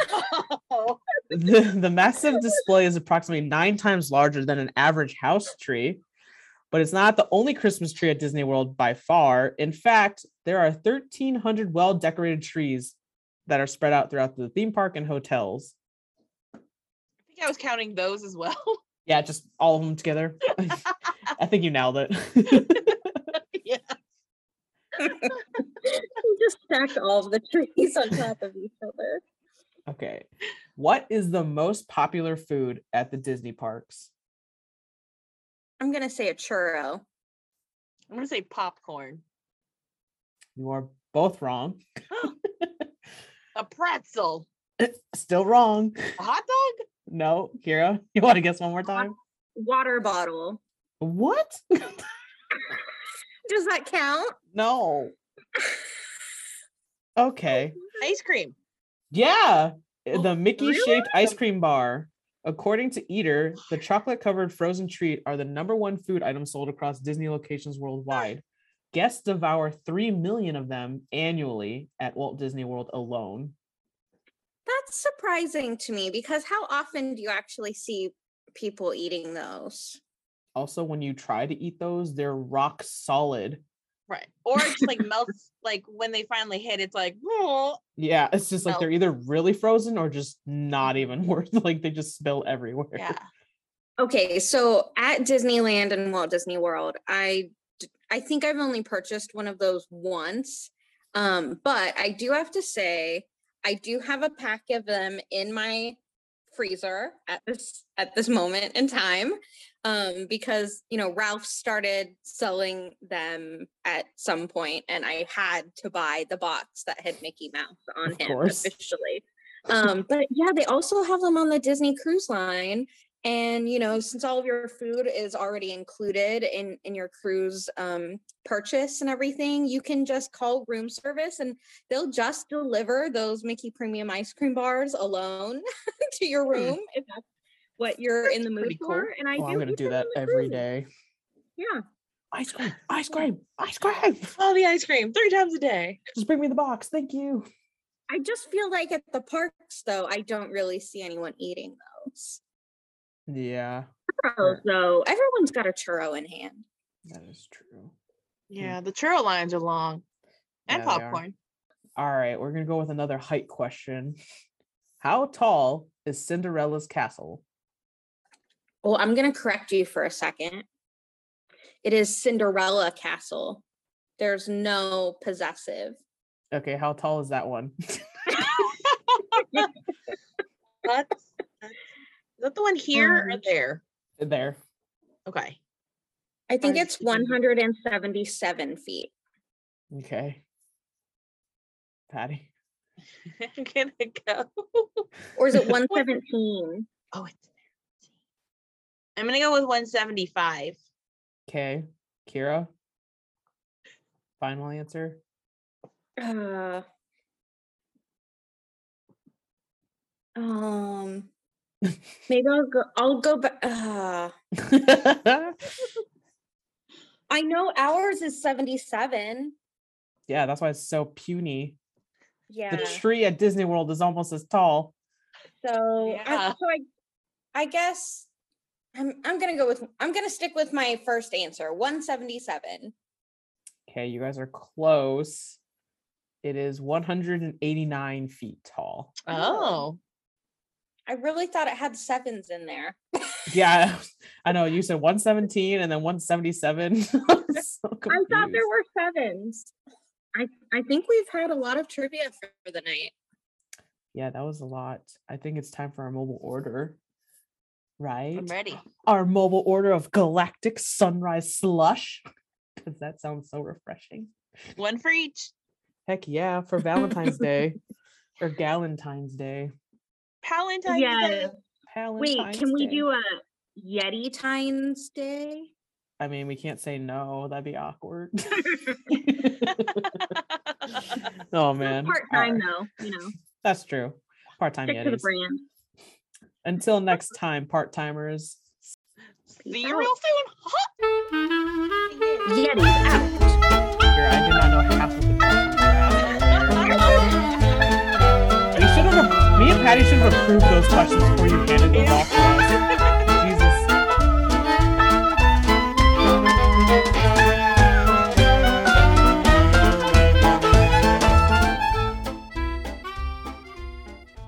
Speaker 2: Oh,
Speaker 3: the, the massive display is approximately nine times larger than an average house tree, but it's not the only Christmas tree at Disney World by far. In fact, there are 1,300 well decorated trees that are spread out throughout the theme park and hotels.
Speaker 2: I think I was counting those as well. [LAUGHS]
Speaker 3: Yeah, just all of them together. [LAUGHS] I think you nailed it. [LAUGHS]
Speaker 1: You just stack all of the trees on top of each other.
Speaker 3: okay. What is the most popular food at the Disney parks?
Speaker 1: I'm gonna say a churro.
Speaker 2: I'm gonna say popcorn,
Speaker 3: You are both wrong. [CLEARS THROAT]
Speaker 2: a pretzel,
Speaker 3: Still wrong.
Speaker 2: a hot dog.
Speaker 3: No, Kira, you want to guess one more time?
Speaker 1: Water bottle.
Speaker 3: What?
Speaker 1: Does that count?
Speaker 3: No. Oh. Okay.
Speaker 2: Ice cream.
Speaker 3: Yeah. eh,
Speaker 2: Oh,
Speaker 3: The Mickey shaped ice cream bar. According to Eater, the chocolate covered frozen treat are the number one food item sold across Disney locations worldwide. Guests devour 3 million of them annually at Walt Disney World alone.
Speaker 1: [LAUGHS] That's surprising to me because how often do you actually see people eating those?
Speaker 3: Also, when you try to eat those, they're rock solid.
Speaker 2: Right. Or it
Speaker 3: [LAUGHS]
Speaker 2: just like melts like when they finally hit, it's like, "Whoa."
Speaker 3: Yeah, [LAUGHS] it's just like they're either really frozen or just not even [LAUGHS] worth like they just spill everywhere. [LAUGHS] Oh,
Speaker 2: yeah.
Speaker 1: Okay, so at Disneyland and Walt Disney World, I d- I think I've only purchased one of those once. Um, but I do have to say I do have a pack of them in my freezer at this at this moment in time um because you know Ralph started selling them at some point and I had to buy the box that had Mickey Mouse on
Speaker 3: Of
Speaker 1: him
Speaker 3: course.
Speaker 1: officially. Um but yeah they also have them on the Disney cruise line and you know since all of your food is already included in in your cruise um purchase and everything you can just call room service and they'll just deliver those Mickey premium ice cream bars alone [LAUGHS] to your
Speaker 3: Hmm.
Speaker 1: room if that's what you're in the mood
Speaker 2: pretty cool.
Speaker 1: for and I
Speaker 3: Oh, I'm gonna
Speaker 1: eat
Speaker 3: do
Speaker 1: them
Speaker 3: that
Speaker 1: on the
Speaker 3: every
Speaker 1: cruise.
Speaker 3: day.
Speaker 1: Yeah.
Speaker 3: Ice cream, ice cream, ice cream.
Speaker 2: All the ice cream three times a day.
Speaker 3: Just bring me the box. Thank you.
Speaker 1: I just feel like at the parks though, I don't really see anyone eating those.
Speaker 3: Yeah,
Speaker 1: Churros,
Speaker 3: Sure.
Speaker 1: though, everyone's got a churro in hand.
Speaker 3: that is true.
Speaker 2: Yeah, the churro lines are long.
Speaker 3: Yeah, they
Speaker 2: And
Speaker 3: are.
Speaker 2: popcorn.
Speaker 3: All right, we're gonna go with another height question. How tall is Cinderella's castle?
Speaker 1: Well, Oh, I'm gonna correct you for a second. It is Cinderella Castle. There's no possessive.
Speaker 3: Okay, how tall is that one? [LAUGHS]
Speaker 2: That's, that's is that the one here or
Speaker 1: Um,
Speaker 2: there?
Speaker 3: there.
Speaker 2: Okay.
Speaker 1: I think
Speaker 2: Are
Speaker 1: it's
Speaker 2: you-
Speaker 1: 177 feet.
Speaker 3: Okay. Patty.
Speaker 2: I'm gonna go.
Speaker 1: Or [LAUGHS] is it 117?
Speaker 2: Oh, it's there. I'm gonna go with 175.
Speaker 3: Okay. Kira. Final answer. [LAUGHS]
Speaker 1: Uh, [LAUGHS] um, maybe I'll go. I'll go back. Uh, I know ours is 77.
Speaker 3: yeah, that's why it's so puny.
Speaker 1: Yeah.
Speaker 3: The tree at Disney World is almost as tall.
Speaker 1: So, I,
Speaker 2: Yeah.
Speaker 1: so I, I guess I'm I'm gonna go with I'm gonna stick with my first answer, 177.
Speaker 3: Okay, you guys are close. It is 189 feet tall.
Speaker 2: Oh.
Speaker 1: I really thought it had sevens in there.
Speaker 3: Yeah, I know. You said 117 and then [LAUGHS] 177.
Speaker 1: I thought there were sevens. I I think we've had a lot of trivia for, for the night.
Speaker 3: Yeah, that was a lot. I think it's time for our mobile order. Right?
Speaker 2: I'm ready.
Speaker 3: Our mobile order of Galactic Sunrise Slush. [LAUGHS] Because that sounds so refreshing.
Speaker 2: One for each.
Speaker 3: Heck yeah, [LAUGHS] for Valentine's Day or Galentine's Day.
Speaker 2: Palantine.
Speaker 1: [LAUGHS] Yes. Wait,
Speaker 3: Valentine's
Speaker 1: can we
Speaker 3: Day.
Speaker 1: do a Yeti Times Day?
Speaker 3: I mean, we can't say no. That'd be
Speaker 1: [LAUGHS]
Speaker 3: awkward. [LAUGHS] oh man.
Speaker 1: Part
Speaker 3: All
Speaker 1: time
Speaker 3: right.
Speaker 1: though, you know,
Speaker 3: That's true. Part time
Speaker 1: stick to the
Speaker 3: Yetis.
Speaker 1: brand.
Speaker 3: Until next time, part timers.
Speaker 2: [LAUGHS] See you real soon.
Speaker 1: Yeti's out.
Speaker 3: Here, I did not know half of the
Speaker 1: [LAUGHS]
Speaker 3: questions. You should have. Me and Patty should have approved those questions before you handed them off. to us.